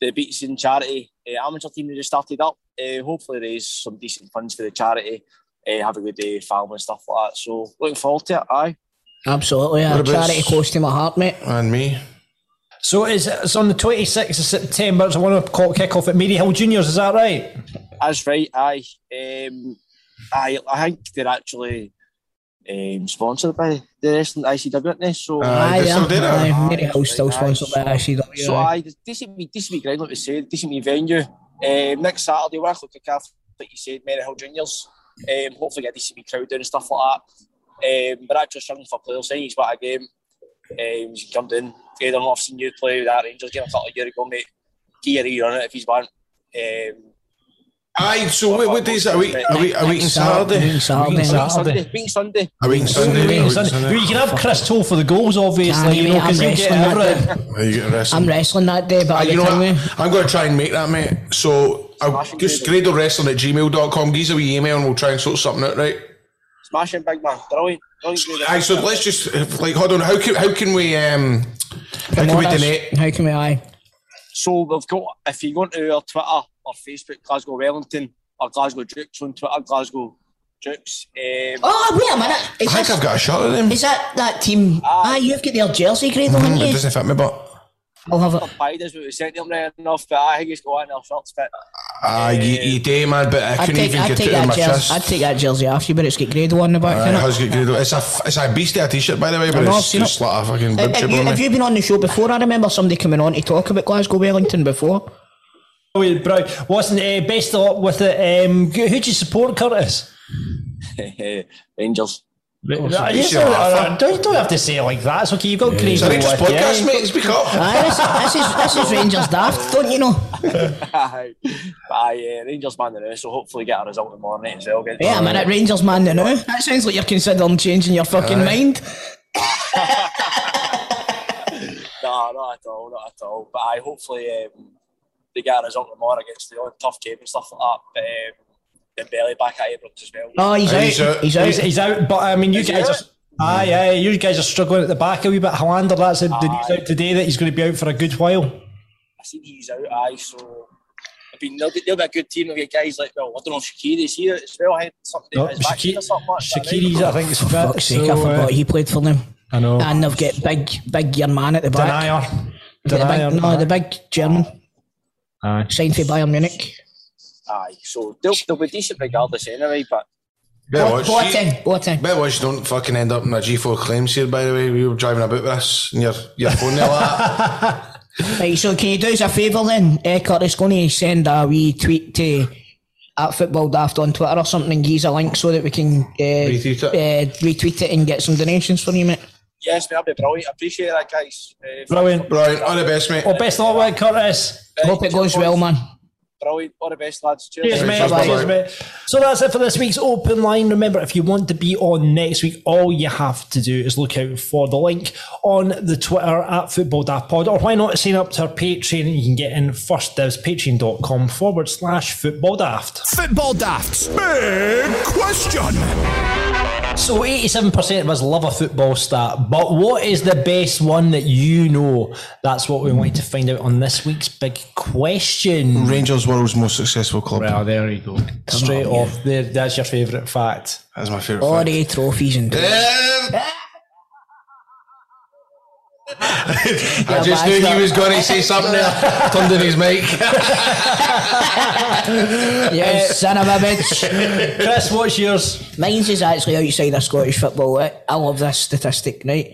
H: the Beatson charity uh, amateur team that just started up. Uh, hopefully, raise some decent funds for the charity. Uh, have a good day, family and stuff like that. So, looking forward to it. Aye.
C: Absolutely. A
F: What about-
C: charity close to my heart, mate.
F: And me.
E: So it's, it's on the 26th of September. It's a one o'clock kickoff at Maryhill Juniors. Is that right?
H: That's right. Aye. Um, aye. I think they're actually um, sponsored by the wrestling ICW, aren't they? So.
C: Ah,
F: Aye, they still do that.
C: aye. Mary Hill's still
H: Aye.
C: sponsored by ICW.
H: So
C: aye.
H: aye, there's decent wee, decent wee ground, like we said, decent wee venue. Um, next Saturday, we're looking at, like you said, Maryhill Juniors. Um, hopefully get a decent wee crowd down and stuff like that. Um, we're actually struggling for players, saying he's got a game. Um, you can come down. Hey, I don't know if I've seen you play with that Rangers game a couple of years ago, mate. Get your ear on it if he's want. Um,
F: Aye, so what, what days are we? Are we? Are we on
C: Saturday,
F: Saturday?
C: Saturday.
E: Saturday.
H: Sunday, being Sunday.
F: Are we on Sunday? Are we on
E: Well,
F: Sunday?
E: you can have Chris Toll for the goals,
C: Aye,
E: obviously, you
C: mate,
E: know,
C: I'm
E: because you get
C: wrestling that
E: everything.
F: Are you getting wrestling?
C: I'm wrestling that day, but
F: Uh,
C: I'll
F: you
C: get
F: know
C: time
F: what?
C: with you.
F: I'm going to try and make that, mate. So, I'll
H: Smashing
F: just
H: Gradle.
F: gradlewrestling at gmail.com. Give us a wee email and we'll try and sort something out, right?
H: Smashing big man. Brilliant. Brilliant. brilliant.
F: Aye, so let's just, like, hold on. How can, how can we, um, how can we
C: Morris,
F: donate?
C: How can we, aye?
H: So we've got if you go to our Twitter or Facebook, Glasgow Wellington or Glasgow Dukes on Twitter, Glasgow Dukes. Um,
C: Oh, wait a minute.
F: I
C: Is,
F: think I've
C: this,
F: got a shot at them.
C: is that that team? Ah, Aye, you've got their jersey, Cradle, haven't
F: It
C: you?
F: doesn't fit me, but.
C: I'll have it.
H: Pied is what we sent him there enough, but I think he's got an our shirts fit.
F: Aye, you, you day, man, but I
C: I'd
F: couldn't
C: take,
F: even
C: I'd
F: get
C: take
F: it on
C: that
F: my
C: jersey.
F: chest.
C: I'd take that jersey off you, but it's got Grado on the back.
F: Aye,
C: innit?
F: how's it gradle? It's a, it's a beastie a t shirt, by the way, but
C: know,
F: it's
C: I've seen
F: just
C: it.
F: like a fucking bib
C: Have, have
F: chip
C: you,
F: on
C: have
F: me.
C: you been on the show before? I remember somebody coming on to talk about Glasgow Wellington before.
E: Well, bro, wasn't uh, best of luck with it. Um, who do you support, Curtis?
H: Rangers.
E: Uh, you
F: sure
E: don't-
F: I-
E: uh, don't, you don't have to say it like that. It's okay. You've got yeah,
F: It's a Rangers podcast, mate. Speak up.
C: Aye, Ah, this, is- this is this is Rangers daft, don't you know?
H: *laughs* Aye, But aye, uh, Rangers man the now, so hopefully get a result tomorrow night as well. Get
C: Yeah, man, at Rangers man, you know. That sounds like you're considering changing your fucking mind.
H: No, not at all, not at all. But aye, hopefully um, they get a result tomorrow against the odd tough team and stuff like that. But um, then belly back at Ibrox as well.
C: Oh, he's,
F: Aye,
C: out.
F: he's out.
E: He's,
C: He's
E: he's out, but I mean, you
H: Is he
E: guys
H: out?
E: are. Aye, aye, you guys are struggling at the back a wee bit. Hollander, that's it, the news out today that he's going to be out for a good while.
H: I seen he's out, aye, so I mean they'll be, they'll be a good team. They'll get guys like well, I don't know if Shakiri's here as well. I had something
E: No,
H: his back
E: Shaki-
H: or something like that, right?
E: Shakiri's, I think, is fit.
C: Fuck's sake, I
F: Oh,
E: so, uh,
C: forgot he played for them.
E: I know.
C: And they've got big, big young man at the back.
E: Denier.
C: The big-
E: Denier.
C: no, the big German
E: Aye.
C: signed for Bayern Munich.
H: Aye, so they'll, they'll be decent regardless anyway. But
F: Better watch.
C: Boateng, Boateng.
F: Better watch you don't fucking end up in a G4 claims here, by the way. We were driving about with us and your, your phone there like *laughs* that.
C: Right, so can you do us a favour then? Eh, Curtis going to send a wee tweet to at Football Daft on Twitter or something and give us a link so that we can uh,
F: Retweet it.
C: eh, retweet it and get some donations for you, mate.
H: yes, mate, I'll be brilliant. I appreciate that, guys. Uh,
E: Brilliant.
F: Brian, all the best, mate.
E: Well, best of luck with it, Curtis.
H: eh,
C: Hope it goes well, man.
H: Brilliant. All the best, lads. Cheers.
E: Cheers, mate.
F: Bye-bye.
E: Cheers, mate. So that's it for this week's open line. Remember, if you want to be on next week, all you have to do is look out for the link on the Twitter at Football Daft Pod, or why not sign up to our Patreon? You can get in first dibs, patreon.com forward slash football daft.
A: Football Daft's Big Question.
E: So 87% of us love a football stat, but what is the best one that you know? That's what we wanted to find out on this week's big question.
F: Rangers world's most successful club.
I: Well, there you go.
E: Straight off, there, that's your favourite fact.
F: That's my favourite. *laughs* fact.
C: Glory, trophies, and
F: I just knew he was going to *laughs* say something there. Turned in his *laughs* mic.
C: you son of
F: *laughs*
C: a bitch.
E: Chris, what's yours?
C: Mine's is actually outside of Scottish football. I, I love this statistic, right?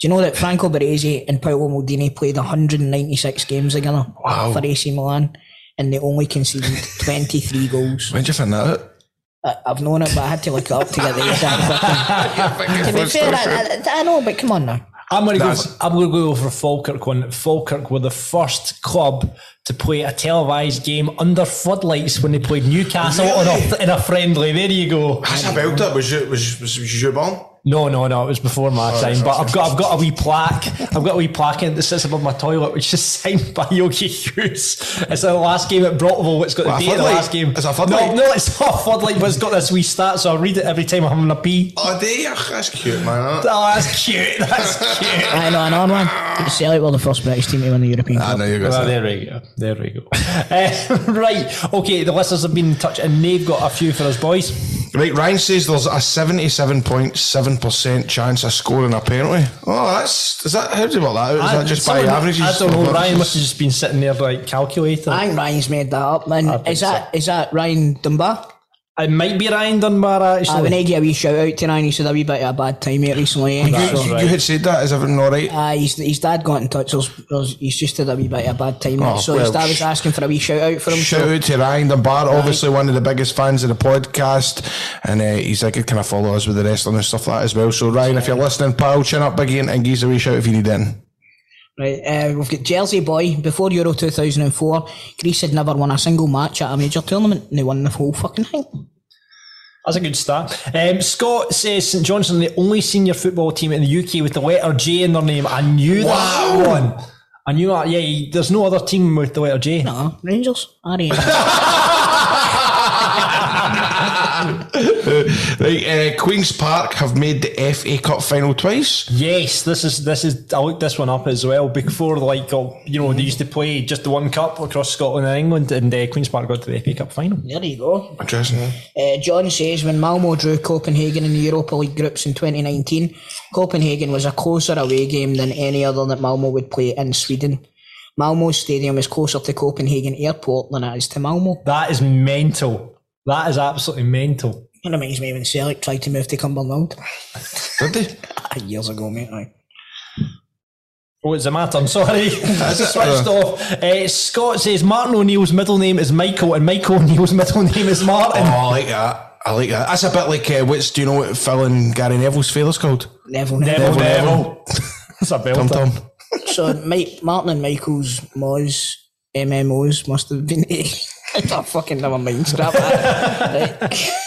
C: Do you know that Franco Baresi and Paolo Maldini played 196 games together for AC Milan and they only conceded 23 goals?
F: When'd you find that out?
C: I, I've known it, but I had to look it up to get the exact fucking. to be fair, I, I, I know, but come on now.
E: I'm going to go.
F: That's-
E: For, I'm going to go for Falkirk one. Falkirk were the first club to play a televised game under floodlights when they played Newcastle on a, in a friendly. There you go.
F: That's about it. Was you, was, was, was you born?
E: No, no, no. It was before my
F: Oh,
E: time, but I've got I've got a wee plaque. I've got a wee plaque in it that sits above my toilet, which is *laughs* signed by Yogi Hughes. It's the last game at Brockville. It's got
F: What, a
E: the date of the
F: floodlight?
E: last game.
F: It's a floodlight?
E: No, no, it's not a floodlight, but it's got this wee stat, so I read it every time I'm having a
F: *laughs*
E: pee.
F: Oh, dear. That's cute, man. *laughs*
E: Oh, that's cute. That's cute.
C: I know another one. Celtic were the first British team to win the European
F: I
C: Cup.
F: know you're going to
E: Well,
F: say
E: Ah, there we go. There we go. *laughs* Uh, right. Okay. The listeners have been in touch and they've got a few for us, boys.
F: Right, Ryan says there's a 77.7% chance of scoring a penalty. Oh, that's. Is that. How do you work that out? Is that just by
E: Someone-
F: averages?
E: I don't know. Ryan must have just been sitting there like calculating.
C: I think Ryan's made that up, man. Is that is that Ryan Dunbar?
E: it might be Ryan Dunbar
C: I would
E: actually.
C: give a wee shout out to Ryan. He said a wee bit of a bad time here recently. Eh?
F: You,
C: So,
F: you- you had said that. Is everything alright?
C: uh, his, his dad got in touch. There's, there's, he's just had a wee bit of a bad time.
F: Oh,
C: so his
F: well,
C: dad was
F: sh-
C: asking for a wee shout out for him.
F: Shout
C: so
F: out to Ryan Dunbar, obviously one of the biggest fans of the podcast, and uh, he's like, kind of follow us with the wrestling and stuff like that as well. So, Ryan, if you're listening, pal, chin up, Biggie, and- and give us a wee shout if you need in. *laughs*
C: right, uh, we've got Jersey boy. Before Euro 2004, Greece had never won a single match at a major tournament, and they won the whole fucking thing.
E: That's a good start. Um, Scott says St Johnson, the only senior football team in the UK with the letter J in their name. I knew that one. I knew that. Yeah, you- there's no other team with the letter J.
C: Uh, Rangers, Ari.
F: *laughs* right, uh, Queen's Park have made the FA Cup final twice.
E: Yes, this is this is. I looked this one up as well. Before, like oh, you know, they used to play just the one cup across Scotland and England, and uh, Queens Park got to the FA Cup final.
C: there you go.
F: Interesting.
C: Uh, John says when Malmo drew Copenhagen in the Europa League groups in 2019, Copenhagen was a closer away game than any other that Malmo would play in Sweden. Malmo's stadium is closer to Copenhagen airport than it is to Malmo.
E: That is mental. That is absolutely mental.
C: It reminds me when Celtic tried to move to Cumberland
F: Did they?
C: years ago, mate. aye.
E: Oh, it's a matter. I'm sorry. *laughs* I
F: Is it?
E: switched off. Uh, Scott says Martin O'Neill's middle name is Michael, and Michael O'Neill's middle *laughs* name is Martin.
F: Oh, I like that. I like that. That's a bit like uh, what's do you know what Phil and Gary Neville's fella's called?
C: Neville,
E: Neville,
C: Neville.
E: Neville. *laughs* That's a belter.
F: Tom Tom.
C: So Mike, Martin and Michael's Moz MMOs must have been. *laughs* I fucking never mind. Scrap that. Right. *laughs*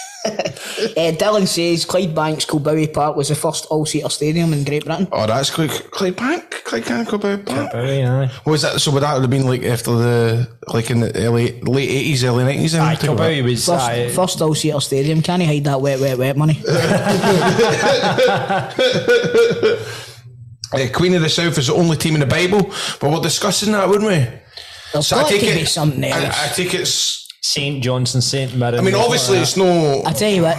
C: Eh, Dylan says Clyde Banks Kilbowie Park was the first all-seater stadium in Great Britain.
F: Oh, that's Clay, Clay Bank. Clay Canco Bank.
E: Very aye.
F: What was that? So would that have been like after the like in the early late eighties, early nineties?
E: Aye, Kilbowie was.
C: First,
E: aye.
C: first all-seater stadium. Can he hide that wet, wet, wet
F: *laughs*
C: money?
F: Uh, Queen of the South is the only team in the Bible, but we're discussing that, wouldn't we?
C: There's got to be something else.
F: I, I
C: I,
F: think it's.
E: Saint Johnson, Saint Mirren.
F: I mean, obviously, it's no.
C: tell you what,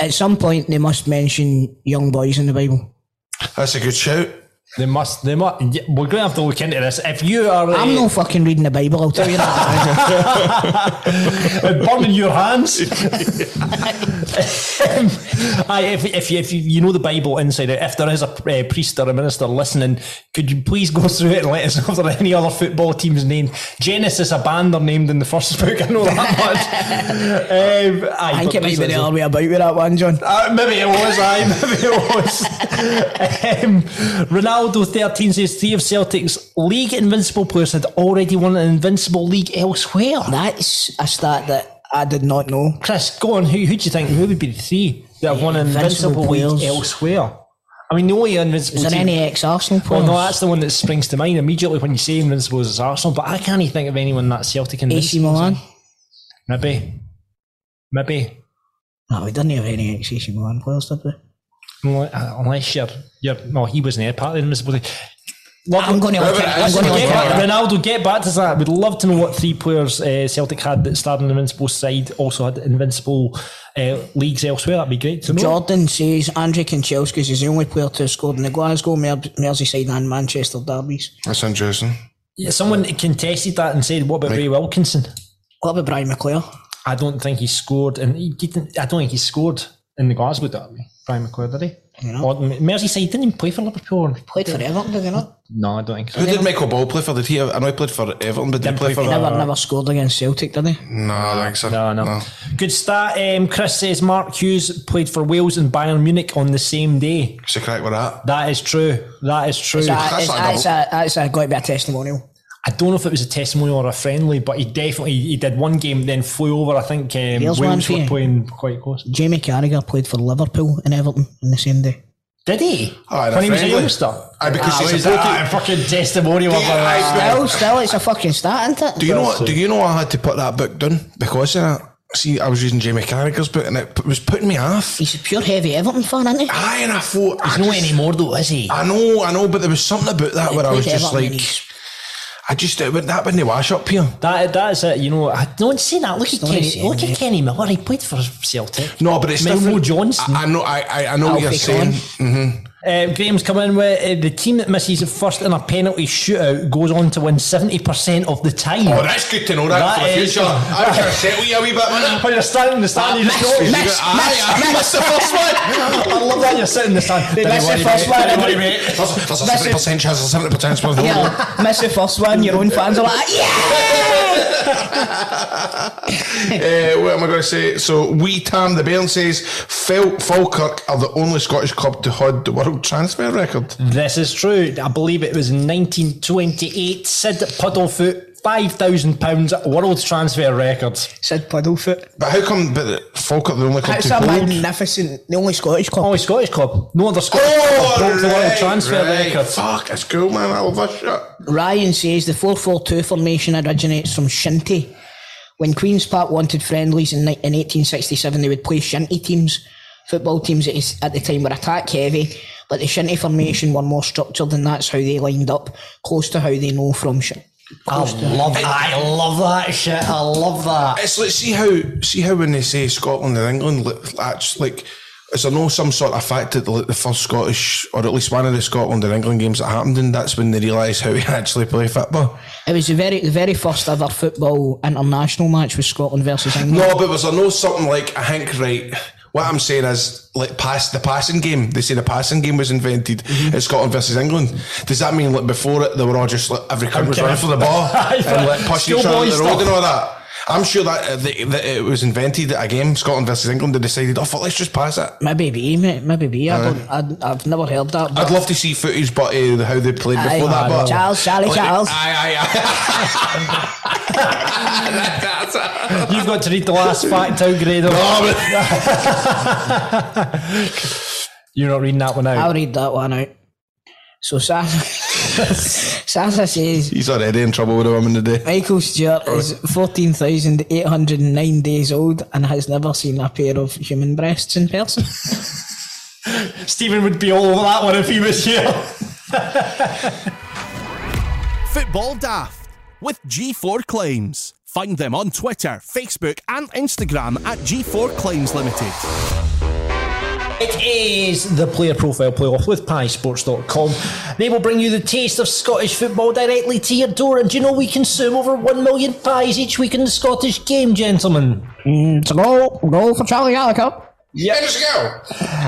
C: at some point they must mention young boys in the Bible.
F: That's a good shout.
E: they must. They must. yeah, We're going to have to look into this. If you are, uh,
C: I'm no fucking reading the Bible. I'll tell
E: *laughs*
C: you that.
E: burning your hands. Um, aye, if, if, you- if you, you know the Bible inside out, if there is a uh, priest or a minister listening, could you please go *laughs* through it and let us know if there are any other football teams named? Genesis, a band are named in the first book. I know that much. um, aye,
C: I
E: but
C: think it might
E: please
C: be
E: let
C: the
E: us know.
C: other way about with that one, John.
E: Uh, maybe it was, aye, *laughs* maybe it was. um, Ronaldo13 says three of Celtic's league invincible players had already won an invincible league elsewhere.
C: That's a stat that I did not know.
E: Chris, go on. Who, who do you think? Who would be the three that have won an invincible,
C: Invincible
E: league
C: players.
E: elsewhere? I mean, the only invincible
C: Is there
E: team.
C: any ex Arsenal
E: well,
C: players?
E: no, that's the one that springs to mind immediately when you say invincibles is Arsenal. But I can't even think of anyone that's Celtic
C: AC
E: invincible.
C: Milan.
E: Maybe, maybe.
C: No, we didn't have any ex-AC Milan players, did we?
E: uh, Unless you're, you're, no, he wasn't there. Part of them is
C: I'm going to look at I'm going to look
E: Get
C: at
E: back,
C: that.
E: Ronaldo, get back to that. We'd love to know what three players uh, Celtic had that starred on the Invincible side, also had invincible uh, leagues elsewhere. That'd be great to know.
C: Jordan says Andre Kanchelskis is the only player to have scored in the Glasgow, Mer- Merseyside, and Manchester derbies.
F: That's interesting.
E: Yeah, someone contested that and said, "What about Ray Wilkinson?"
C: What about Brian McClure?
E: I don't think he scored, and he didn't. I don't think he scored in the Glasgow derby. Brian McClure did he?
C: Yeah.
E: Or Merseyside he didn't even play for Liverpool. or-
C: Played for Everton, did he not?
E: No, I don't think. So.
F: Who did Michael Ball play for? Did he? I know he played for Everton, but did he play for?
C: Never, never scored against Celtic, did he?
F: No, I don't think so.
E: No, no. Good start. Um, Chris says Mark Hughes played for Wales and Bayern Munich on the same day.
F: It's a crack with that.
E: That is true. That is true.
C: That
F: that's
C: is,
F: not a
C: that's, a, that's a, got to be a testimonial.
E: I don't know if it was a testimonial or a friendly, but he definitely he did one game, then flew over. I think um, Wales
C: Here's one for
E: were
C: you.
E: playing quite close.
C: Jamie Carragher played for Liverpool and Everton on the same day.
E: Did he?
F: Aye,
E: when he was a
F: friendly.
E: youngster.
F: Aye, because he's a
E: is that
F: bookie.
E: a fucking testimonial. of a-
C: Still, still, it's a fucking start, isn't it?
F: Do you know what? Do you know I had to put that book down because of that? See, I was using Jamie Carragher's book and it p- was putting me off.
C: He's a pure heavy Everton fan, isn't he?
F: Aye, and I thought I
E: He's not
F: just-
E: anymore though, is he?
F: I know, I know, but there was something about that where I was
C: Played
F: just
C: Everton
F: like,
C: and he's-
F: I just it, went- that wouldn't wash up here.
E: That that is it. You know, ah, I don't say that. Look at
C: not
E: Kenny.
C: insane,
E: Look at
C: mate.
E: Kenny Miller. He played for Celtic.
F: No, but it's
E: Milo
F: different. Ah,
E: Johnson.
F: I, I know, I, I, I know what you're
C: Alfie
F: saying. Mm-hmm.
E: Uh, Graham's come in with uh, the team that misses first in a penalty shootout goes on to win seventy percent of the time.
F: Oh, that's good to know that,
E: That
F: for the
E: is-
F: future. I'm trying to settle you a wee bit, man.
E: When you're standing in the stand, you just go,
F: Aye, aye, I missed the first one.
E: I love that you're sitting in the stand. Don't
C: missed the
E: worry,
C: first
E: mate.
C: one.
E: Don't worry, mate.
F: There's, there's a seventy percent chance. There's a seventy percent chance.
C: Yeah, miss the first one, your own fans are like, yeah!
F: Uh, what am I going to say? So, we Tam the Bairn says, Fel- Falkirk are the only Scottish club to hold the world transfer record.
E: This is true. I believe it was in 1928. Sid Puddlefoot, five thousand pounds world transfer record.
C: Said Puddlefoot.
F: But how come but Falkirk the only club
C: That's
F: to
C: a
F: hold?
C: magnificent, the only Scottish club.
E: Only Oh, Scottish club. No other Scottish
F: Oh,
E: club broke the world
F: right,
E: transfer
F: right.
E: record.
F: Fuck, it's cool, man. I love that shit.
C: Oh, Ryan says the 4-4-2 formation originates from Shinty. When Queen's Park wanted friendlies in, ni- in 1867, they would play Shinty teams. Football teams at his- at the time were attack heavy, but the Shinty formation were more structured, and that's how they lined up, close to how they know from Shinty.
E: I love. I love that shit. I love that.
F: It's like see how see how when they say Scotland and England, li- that's like is there no some sort of fact that the, the first Scottish or at least one of the Scotland and England games that happened, and that's when they realise how *laughs* you actually play football.
C: It was the very, the very first ever football international match was Scotland versus England.
F: *laughs* No, but was there no something like I think right? What I'm saying is like pass the passing game. They say the passing game was invented
C: Mm-hmm.
F: in Scotland versus England. Does that mean like before it they were all just like every cunt was
E: Okay.
F: running for the
C: *laughs*
F: ball and like pushing each other on
E: Schoolboy
F: the road
E: stuff.
F: and all that? I'm sure that, uh, that, that it was invented at a game Scotland versus England. They decided, oh fuck, let's just pass it.
C: Maybe be, mate. Maybe be. I don't, I, I've never heard that.
F: I'd
C: but-
F: love to see footage, but uh, how they played
C: Aye.
F: before that.
C: Aye,
F: But
C: Charles, Charlie Charles.
F: Aye, aye, aye. That's- that's-
E: You've got to read the
F: *laughs*
E: last fact out, Grado.
F: Oh,
E: You're not reading that one out.
C: I'll read that one out. So Sasa, *laughs* Sasa says
F: *laughs* He's already in trouble with a woman today.
C: Michael Stewart is 14,809 days old and has never seen a pair of human breasts in person.
E: Stephen would be all over that one if he was
F: *laughs*
E: here.
A: Football Daft with G4 Claims. Find them on Twitter, Facebook, and Instagram at G4 Claims Limited.
E: It is the player profile playoff with piesports.com. They will bring you the taste of Scottish football directly to your door. And do you know we consume over 1 million pies each week in the Scottish game, gentlemen?
C: it's a goal, goal for Charlie Gallagher.
F: Finish the girl.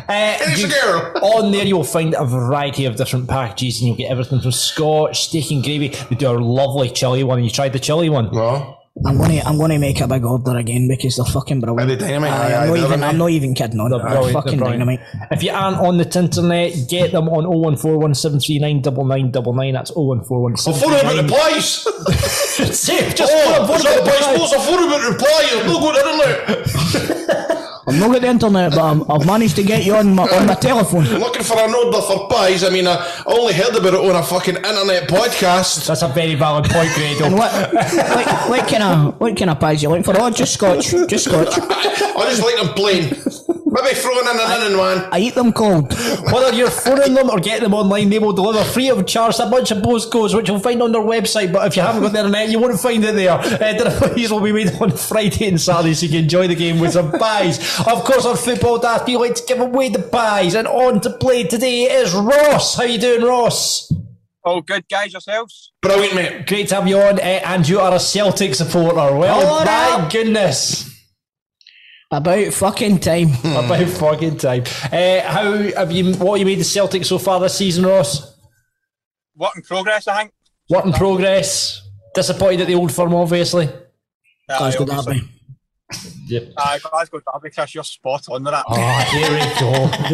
E: Uh,
F: Finish the
E: you-
F: girl.
C: *laughs*
E: on there, you'll find a variety of different packages, and you'll get everything from scotch, steak and gravy. We do our lovely chili one. You tried the chili one?
F: No.
C: I'm gonna, I'm gonna make a big order again because they're fucking brilliant.
F: Are they dynamite?
C: Aye,
F: Aye, aye,
C: I'm, not
F: they're
C: even,
F: brilliant.
C: I'm not even kidding on.
E: They're
C: They're
E: brilliant,
C: fucking
E: they're brilliant.
C: dynamite.
E: If you aren't on the internet, get them on 01417399999. That's 01417399999.
F: Phone about the *laughs* place.
E: Safe, just
F: Oh,
E: phone-
F: it's
E: phone
F: not
E: about
F: the place.
E: the
F: What's a phone about reply? You're not going to internet.
C: I'm I've not got the internet, but I'm, I've managed to get you on my, on my telephone.
F: Looking for an order for pies. I mean, I only heard about it on a fucking internet *laughs* podcast.
E: That's a very valid point,
C: And
E: Grado.
C: what, what, what kind of what kind of pies you looking for? Oh, just scotch, just scotch.
F: I just like them plain. Maybe throwing in an in one.
C: I eat them cold.
E: Whether you're phoning them or getting them online, they will deliver free of charge a bunch of postcodes, which you'll find on their website. But if you haven't got the internet, you won't find it there. Uh, deliveries will be made on *laughs* Friday and Saturday, so you can enjoy the game with some *laughs* pies. Of course, on Football Daft, we like to give away the pies. And on to play today is Ross. How you doing, Ross?
I: All Oh, good, guys, yourselves?
F: Brilliant, mate.
E: Great to have you on, uh, and you are a Celtic supporter. Well,
C: Hold
E: my
C: up.
E: goodness.
C: About fucking time.
E: About fucking time. Uh, how have you? What have you made the Celtic so far this season, Ross?
I: Work in progress, I think.
E: What in progress? Disappointed at the old firm, obviously.
C: Glasgow
I: obviously.
C: Derby.
I: Aye, Ah, Glasgow Derby, Chris, you're spot on with that.
E: Ah, there we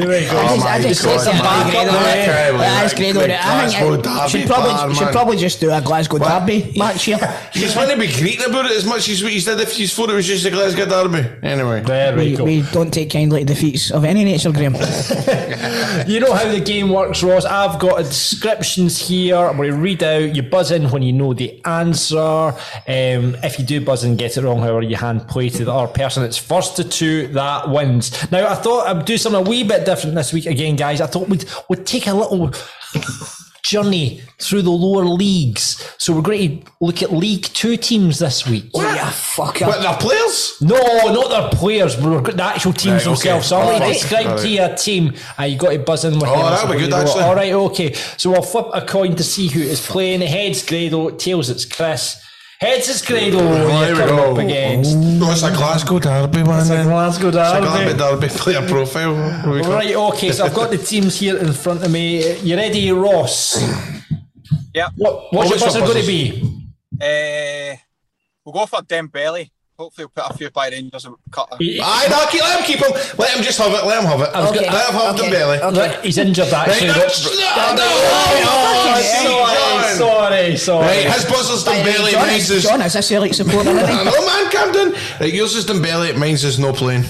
E: *laughs* go. There we
F: Oh
E: go.
F: my
C: I just
F: God,
C: said something
F: man.
C: great
E: eh?
C: on
F: Okay,
C: it.
F: well,
C: That's great on it. I
F: Glasgow
C: think I
F: Derby
C: should probably
F: bar,
C: should
F: man.
C: probably just do a Glasgow Derby match here.
F: You just wouldn't be greeting about it as much as what you did if you thought it was just a Glasgow derby. Anyway.
E: There we
C: We,
E: go.
C: we don't take kindly to defeats of any nature,
F: *laughs*
C: Graham.
E: You know how the game works, Ross. I've got descriptions here. I'm going to read out. You buzz in when you know the answer. Um, if you do buzz and get it wrong, however, you hand play to the other person. It's first to two that wins. Now, I thought I'd do something a wee bit different this week again, guys. I thought we'd, we'd take a little journey through the lower leagues. So we're going to look at League Two teams this week.
C: yeah, fucker.
F: But the players?
E: No, not their players, bro. The actual teams
F: Right, okay.
E: themselves. So I'm going to
F: Alright.
E: describe to you a team, and you got to buzz in with
F: Oh,
E: them.
F: that'll be good, actually.
E: All right, okay. So we'll flip a coin to see who is playing. Heads, Grado. Tails, it's Chris. Heads, it's Grado.
F: Well,
E: You're
F: there Oh, we
E: coming
F: go.
E: up against.
F: No, it's a Glasgow derby, man. It's
E: Glasgow
F: a
E: derby.
F: Glasgow derby player profile. What we call it.
E: Right, okay. So I've got the teams here in front of me. You ready, Ross?
I: Yeah.
E: What, what's your
F: Oh, it's
E: buzzer
F: your
E: going to
F: buzzers.
E: be?
I: Eh, we'll go for Dembele. Hopefully, we'll put a few by Rangers and cut her.
F: Aye, no, keep, let him keep him. Let him just have it. Let him have it.
E: Okay.
F: Let him have the
C: Okay.
F: belly.
C: Okay.
E: Right, he's injured,
F: Right,
E: actually.
F: no,
E: Ross. Oh,
F: no, no, no,
E: sorry,
F: no, no.
E: sorry, sorry.
F: Right, his buzzer's Dembele,
C: John,
F: mine's *laughs*
C: is,
F: is...
C: John is a Celtic supporter, isn't
F: I
C: he?
F: know, man, Camden. Right, yours is Dembele, mine's is no playing.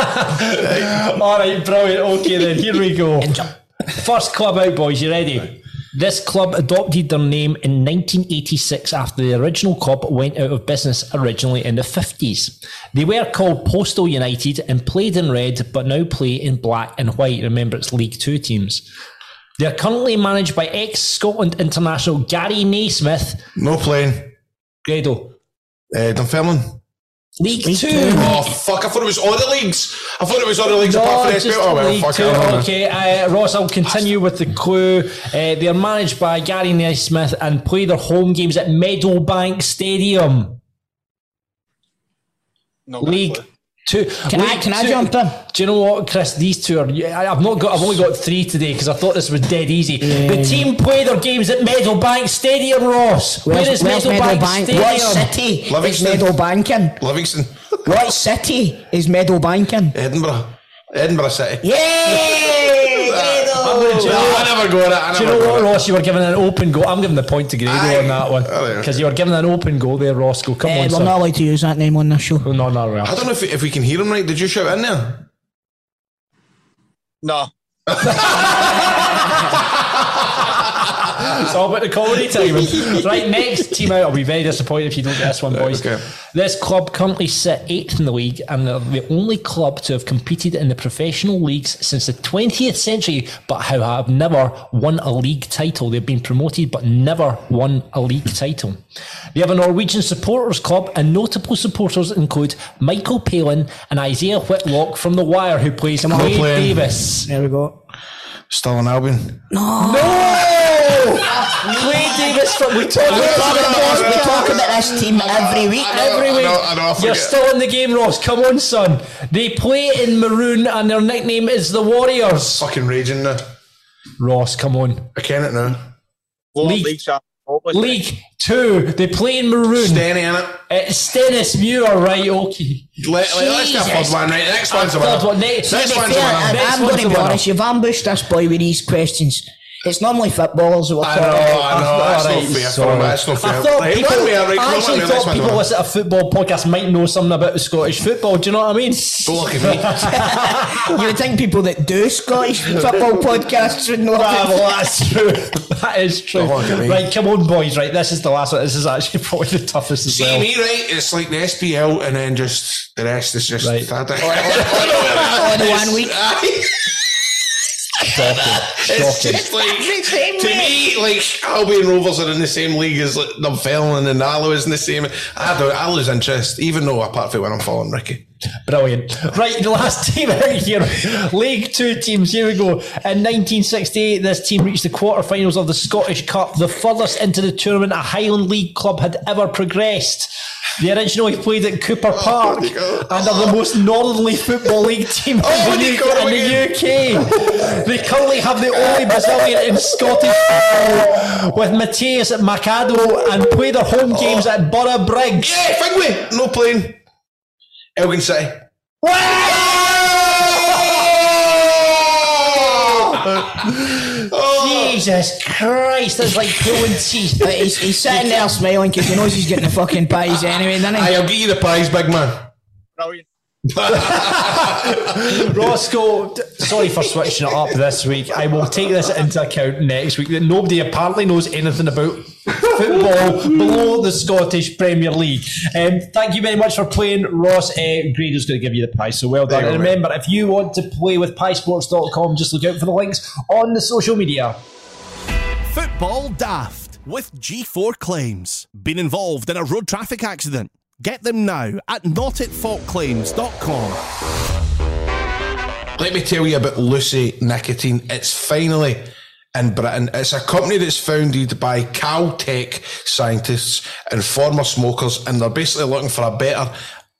E: All right, brilliant. Okay, then here we go. First club out, boys. You ready? This club adopted their name in 1986 after the original club went out of business originally in the 50s. They were called Postal United and played in red, but now play in black and white. Remember, it's League Two teams. They are currently managed by ex Scotland international Gary Naismith.
F: No playing.
E: Grado.
F: Uh, Dunfermline.
E: League, Two.
F: Oh, fuck, I thought it was all the leagues. I thought it was all the leagues
E: No,
F: apart from the SPL.
E: just
F: Oh, well,
E: League
F: fuck
E: Two.
F: it. I don't know.
E: Okay, uh, Ross, I'll continue with the clue. Uh, they are managed by Gary Naismith and play their home games at Meadowbank Stadium.
I: No
E: League
I: clue.
E: Two.
C: Can I-
E: League
C: can I
E: Two.
C: jump in?
E: Do you know what, Chris? These two are. I- I've not got. I've only got three today because I thought this was dead easy. The team play their games at Meadowbank Stadium, Ross.
C: Where's-
E: Where is
C: where's
E: Meadowbank
C: Meadowbank?
E: Stadium?
C: What city is
F: Livingston.
C: Meadowbank in?
F: Livingston.
C: What city is Meadowbank in?
F: Edinburgh. Edinburgh City.
C: Yay! Grado!
F: No, I never got it. I
E: Do you
F: never
E: know what,
F: got it.
E: Ross? You were given an open goal. I'm giving the point to Grado
F: Aye. Oh,
E: on that one
F: Aye, okay.
E: because you were given an open goal there, Roscoe. Come
C: Eh,
E: on,
C: we're
E: son.
C: not allowed to use that name on this show.
E: Oh, no, no,
F: I
E: no.
F: don't know if, if we can hear him right. Did you shout in there?
I: No.
E: It's all about the comedy *laughs* timing. right, next team out. I'll be very disappointed if you don't get this one, boys.
F: okay.
E: This club currently sit eighth in the league and they're the only club to have competed in the professional leagues since the 20th century, but how have never won a league title. They've been promoted but never won a league title. They have a Norwegian supporters club and notable supporters include Michael Palin and Isaiah Whitlock from The Wire, who plays
F: on,
E: Craig
F: Palin.
E: Davis.
C: There we go.
F: Stirling Albion.
E: Craig Davis from we talked
F: Yes,
E: about it
F: yes,
E: last
F: yes.
C: We talk about this team every week.
E: every
F: I
E: week.
F: know, I know, I forget.
E: You're still in the game, Ross. Come on, son. They play in maroon, and their nickname is the Warriors.
F: Fucking raging now.
E: Ross, come on.
F: I can it now.
I: Lower
E: League.
I: League. so- hopeless.
H: *laughs*
E: League Two. They play in maroon.
F: Danny in it.
E: it's Stennis Muir, right? Okay.
F: Let, let, let's get a third
E: Jesus.
F: one, right? Next one's a
E: Third
F: winner.
E: one, next-
F: Next
E: to be
F: one's a
E: fair,
F: winner.
E: Next
C: I'm
E: one's
C: going to
E: the
C: be
E: winner.
C: honest, you've ambushed this boy with these questions. It's normally footballers who are
F: I
C: talking.
F: know, I know. That's
E: Alright,
F: not fair for
E: sorry.
F: me. That's not fair.
E: I thought
F: Right,
E: people,
F: let me- right,
E: I
F: let
E: actually
F: me- let's
E: thought
F: move
E: people
F: on.
E: listen to football podcasts might know something about Scottish football. Do you know what I mean?
F: Don't look at me.
E: *laughs*
C: *laughs* You would think people that do Scottish football podcasts would know.
E: Ah,
C: that.
E: well, that's true. That is true.
F: Don't look at me.
E: Right, come on, boys. Right, this is the last one. This is actually *laughs* probably the toughest as
F: See
E: well.
F: me right? It's like the SPL, and then just the rest is just.
E: Right.
F: I don't-
C: *laughs*
F: I
C: On
F: don't know.
C: one week.
F: *laughs* Aye. It's
E: Shocking.
F: just like to me, like Albion Rovers are in the same league as like, Dunfermline and Alloa is in the same. I don't. I lose interest, even though apart from when I'm following Ricky.
E: Brilliant. *laughs* Right, the last team out here, League Two teams. Here we go. In 1968, this team reached the quarterfinals of the Scottish Cup, the furthest into the tournament a Highland League club had ever progressed. They originally played at Cooper Park
F: my God.
E: and are the most northerly football league team in,
F: Oh,
E: the,
F: they
E: UK,
F: got it
E: in the UK. They currently have the only Brazilian in Scottish football with Mateus at Macado and play their home games at Borough Briggs.
F: Yeah, Figway, no playing. Elgin City. Oh!
E: Jesus Christ, that's like pulling *laughs* teeth.
C: But he's, he's sitting there smiling because he knows he's getting the fucking pies anyway, doesn't he?
F: Aye, I'll give you the prize, big man.
I: Brilliant.
E: Roscoe, d- sorry for switching it up this week. I will take this into account next week that nobody apparently knows anything about football below the Scottish Premier League. Um, thank you very much for playing, Ross. Uh, Grader's going to give you the prize, so well done.
F: you
E: And
F: go, mate.
E: remember, if you want to play with piesports.com, just look out for the links on the social media.
A: Football Daft with G4 Claims. Been involved in a road traffic accident? Get them now at notitfaultclaims.com.
F: Let me tell you about Lucy Nicotine. It's finally in Britain. It's a company that's founded by Caltech scientists and former smokers, and they're basically looking for a better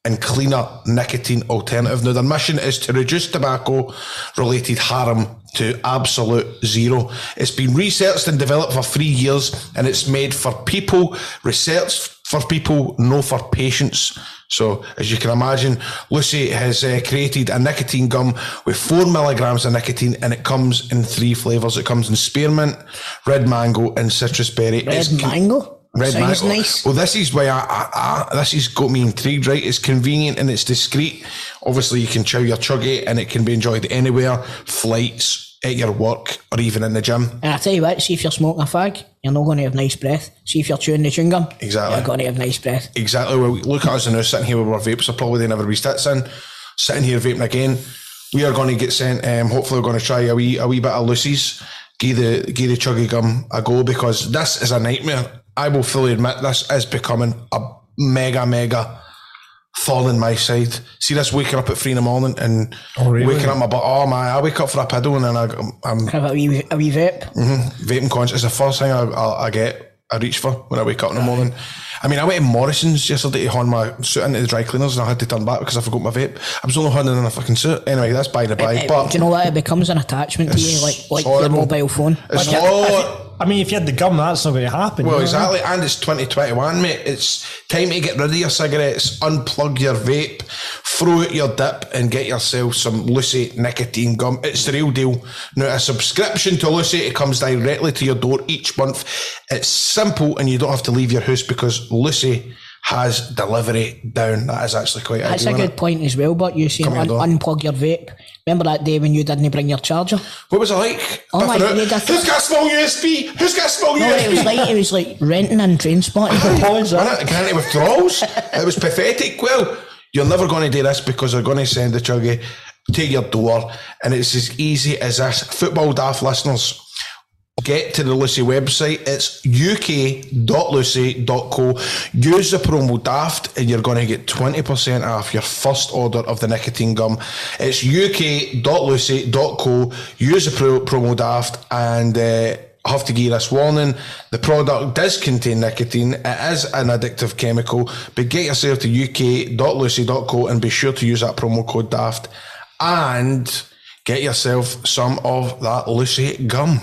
F: and cleaner nicotine alternative. Now, their mission is to reduce tobacco related harm to absolute zero. It's been researched and developed for three years, and it's made for people, research for people, no for patients. So, as you can imagine, Lucy has uh, created a nicotine gum with four milligrams of nicotine, and it comes in three flavors. It comes in spearmint, red mango, and citrus berry.
C: Red
F: It's-
C: mango.
F: Red
C: Sounds
F: mango.
C: nice.
F: Well, this is why I, I, I this has got me intrigued. Right, it's convenient and it's discreet. Obviously, you can chew your chuggy, and it can be enjoyed anywhere, flights, at your work, or even in the gym.
C: And I tell you what, see if you're smoking a fag, you're not going to have nice breath. See if you're chewing the chewing gum,
F: Exactly.
C: you're going to have nice breath.
F: Exactly. Well, look at us now sitting here with our vapes. I probably never be stats in. Sitting here vaping again. We are going to get sent. Um, hopefully, we're going to try a wee a wee bit of Lucy's. Give the give the chuggy gum a go because this is a nightmare. I will fully admit this is becoming a mega mega thorn in my side. See this waking up at three in the morning and waking up my butt. Oh my! I wake up for a piddle and then I, I'm
C: Have a wee, a wee vape.
F: Mm. vaping conscious is the first thing I, I, I get, I reach for when I wake up in the morning. I mean, I went to Morrison's yesterday to hon my suit into the dry cleaners and I had to turn back because I forgot my vape. I was only honing in a fucking suit. Anyway, that's by the by.
C: Eh,
F: but
C: do you know what? It becomes an attachment to you, like like your
F: horrible.
C: mobile phone.
F: it's
E: Like,
F: all.
E: I mean, if you had the gum, that's not going to happen.
F: Well,
E: you know?
F: exactly. And it's 2021, mate. It's time to get rid of your cigarettes, unplug your vape, throw out your dip, and get yourself some Lucy nicotine gum. It's the real deal. Now, a subscription to Lucy, it comes directly to your door each month. It's simple, and you don't have to leave your house because Lucy has delivery down. That is actually quite
C: That's a
F: ideal,
C: good
F: innit?
C: point as well, but you see,
F: Come here,
C: un-
F: dog.
C: unplug your vape. Remember that day when you didn't bring your charger?
F: What was it like?
C: Oh my
F: Biffing out.
C: God, I
F: Who's got a small USB? Who's got a small
C: No, it
F: USB?
C: was like it was like renting and
F: *laughs*
C: train spotting.
E: Pause that.
F: Wasn't it? Granted withdrawals. it was pathetic. Well, you're never going to do this because they're going to send the chuggy to your door, and it's as easy as this. Football daft listeners, get to the Lucy website. It's uk.lucy.co. Use the promo DAFT and you're going to get 20% off your first order of the nicotine gum. It's uk.lucy.co. Use the pro- promo DAFT and uh, have to give this warning. The product does contain nicotine. It is an addictive chemical, but get yourself to uk.lucy.co and be sure to use that promo code DAFT and get yourself some of that Lucy gum.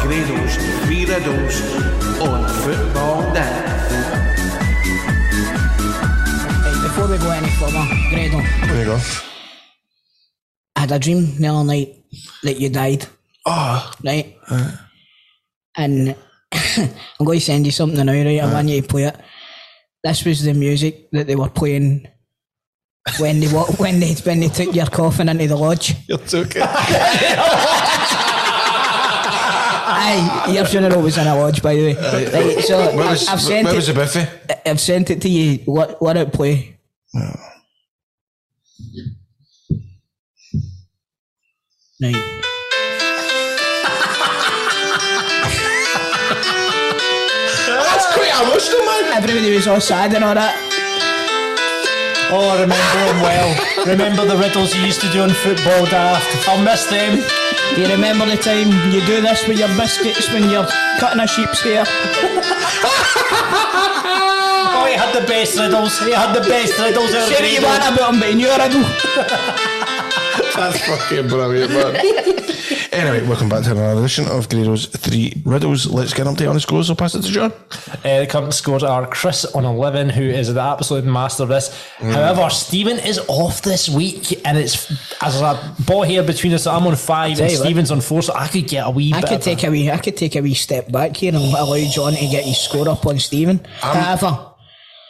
J: cradles, three riddles on football day.
C: Right, before we go any further, Gredon,
F: There you go.
C: I had a dream the other night that you died,
F: Oh,
C: right? and *coughs* I'm going to send you something now, right? I want you to play it. This was the music that they were playing when they wa- when they when they took your coffin into the lodge.
F: you took it.
C: Aye, your funeral was in a lodge, by the way. Right, so
F: Where was,
C: I've sent
F: where
C: it.
F: was the buffet?
C: I've sent it to you. Let, let it play. Right.
F: That's quite emotional, man.
C: Everybody was all sad and all that.
E: Oh, I remember him well. remember the riddles he used to do on Football Daft. I'll miss them.
C: Do you remember the time you do this with your biscuits when you're cutting a sheep's hair?
E: Oh, he had the best riddles. He had the best riddles. ever
C: Say what you
E: made.
C: want about them, but in your riddle.
F: That's fucking brilliant, man. *laughs* anyway, welcome back to another edition of Grado's Three Riddles. Let's get an update on the scores. I'll pass it to John.
E: Uh, the current scores are Chris on 11, who is the absolute master of this.
C: Mm.
E: However, Stephen is off this week, and it's as a ball here between us. I'm on five, and
C: you what.
E: Stephen's on four, so I could get a wee
C: I
E: bit.
C: could
E: of
C: take a wee, I could take a wee step back here and allow John to get his score up on Stephen. However,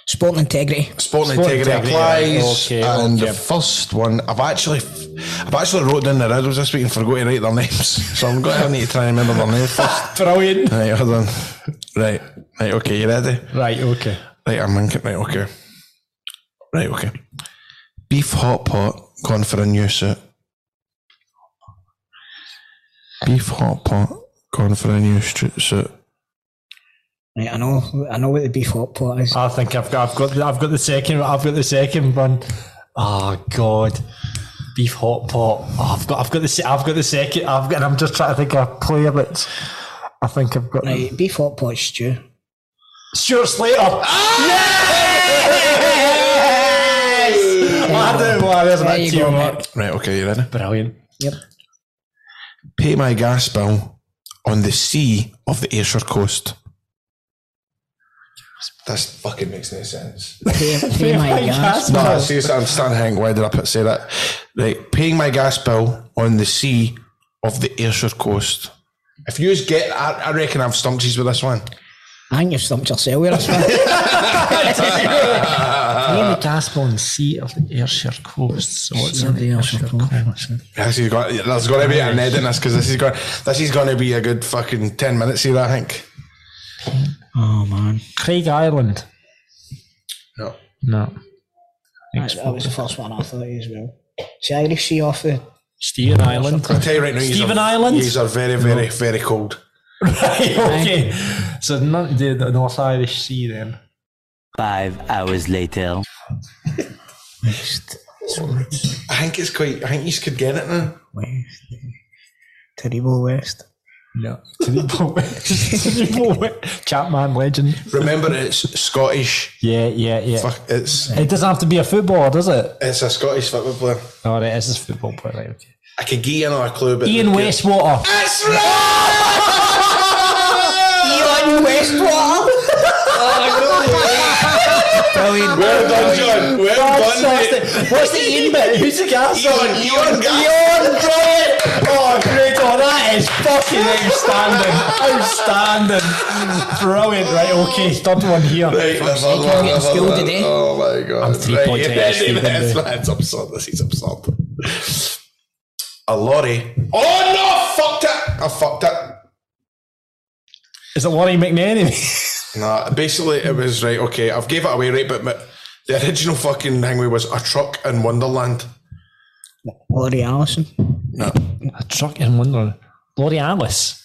C: sport integrity.
F: Sport and
E: Sport
F: integrity
E: integrity,
F: applies.
E: right, okay,
F: and
E: okay.
F: the first one, I've actually, I've actually wrote down the riddles this week and forgot to write their names. *laughs* So I'm going to need to try and remember their names first.
E: Brilliant.
F: Right, hold on. Right, right, okay, you ready?
E: Right, okay.
F: Right, I'm thinking. Right, okay. Right, okay. Beef hot pot gone for a new suit. Beef hot pot gone for a new stru- suit.
C: Right, I know, I know what the beef hot pot is.
E: I think I've got, I've got, the, I've got the second, I've got the second one. Oh God, beef hot pot. Oh, I've got, I've got the, se- I've got the second. I've got, and I'm just trying to think of a player, but I think I've got
C: Right, beef hot pot stew.
E: Stuart Slater. Ah,
C: Um,
E: Yes! I don't know. There's
C: There
E: that
C: you
E: team
C: go,
E: work.
C: mate.
F: Right, okay, you ready?
E: Brilliant.
C: Yep.
F: Pay my gas bill on the sea of the Ayrshire coast. That fucking makes no sense.
C: Pay, *laughs* pay my gas.
F: No, I see, I'm starting to think, why did I put, say that? Right, paying my gas bill on the sea of the Ayrshire coast. If you get, I, I reckon I've stumped you with this one.
C: I think you've stumped yourself with this *laughs* one.
E: Name the gas bill and sea of the Ayrshire coast. So it's on the Ayrshire coast.
F: This is going. There's going to be an edit in this because this is going. This is going to be a good fucking ten minutes here. I think.
C: Oh man,
E: Craig Island.
F: No.
E: No.
C: that, that was the first one I thought as well. See, Irish Sea off the.
E: Stephen Island.
F: I tell you right now, yous
E: Stephen
F: are,
E: Island?
F: These are very, very, very cold.
E: *laughs* okay. So not the, the North Irish Sea then.
B: Five hours later.
F: I think it's quite. I think you could get it now.
C: West. Terrible West.
E: No. Terrible *laughs* West. Terrible West. Chapman legend.
F: Remember, it's Scottish.
E: Yeah, yeah, yeah.
F: Fuck, it's
E: It doesn't have to be a footballer, does it?
F: it's a Scottish football player.
E: Oh, it is a football player. Right, okay.
F: I could give you another clue, but
E: Ian Westwater.
F: That's right. Ian Westwall. Well done, John. Well done. mate.
E: Fantastic. What's the in
F: *laughs*
E: bit? Who's the gas on?
F: Ewan, Ewan Gas.
E: Ewan, brilliant. Oh, great. Oh, that is fucking outstanding. outstanding. Brilliant. Right, okay. Third one here.
F: Right, that's all
C: can't
F: right,
C: get
F: that's all
C: schooled
F: right.
C: today.
F: Oh my god. I'm
E: three points ahead of Stephen Boo.
F: That's absurd. This is absurd. A lorry. Oh no! I Fucked it! I fucked it.
E: Is it Laurie McNanny?
F: Nah, basically it was right, okay, I've gave it away, right, but, but the original fucking thing was a truck in Wonderland.
C: Laurie Allison.
F: No.
E: A truck in Wonderland. Laurie Alice.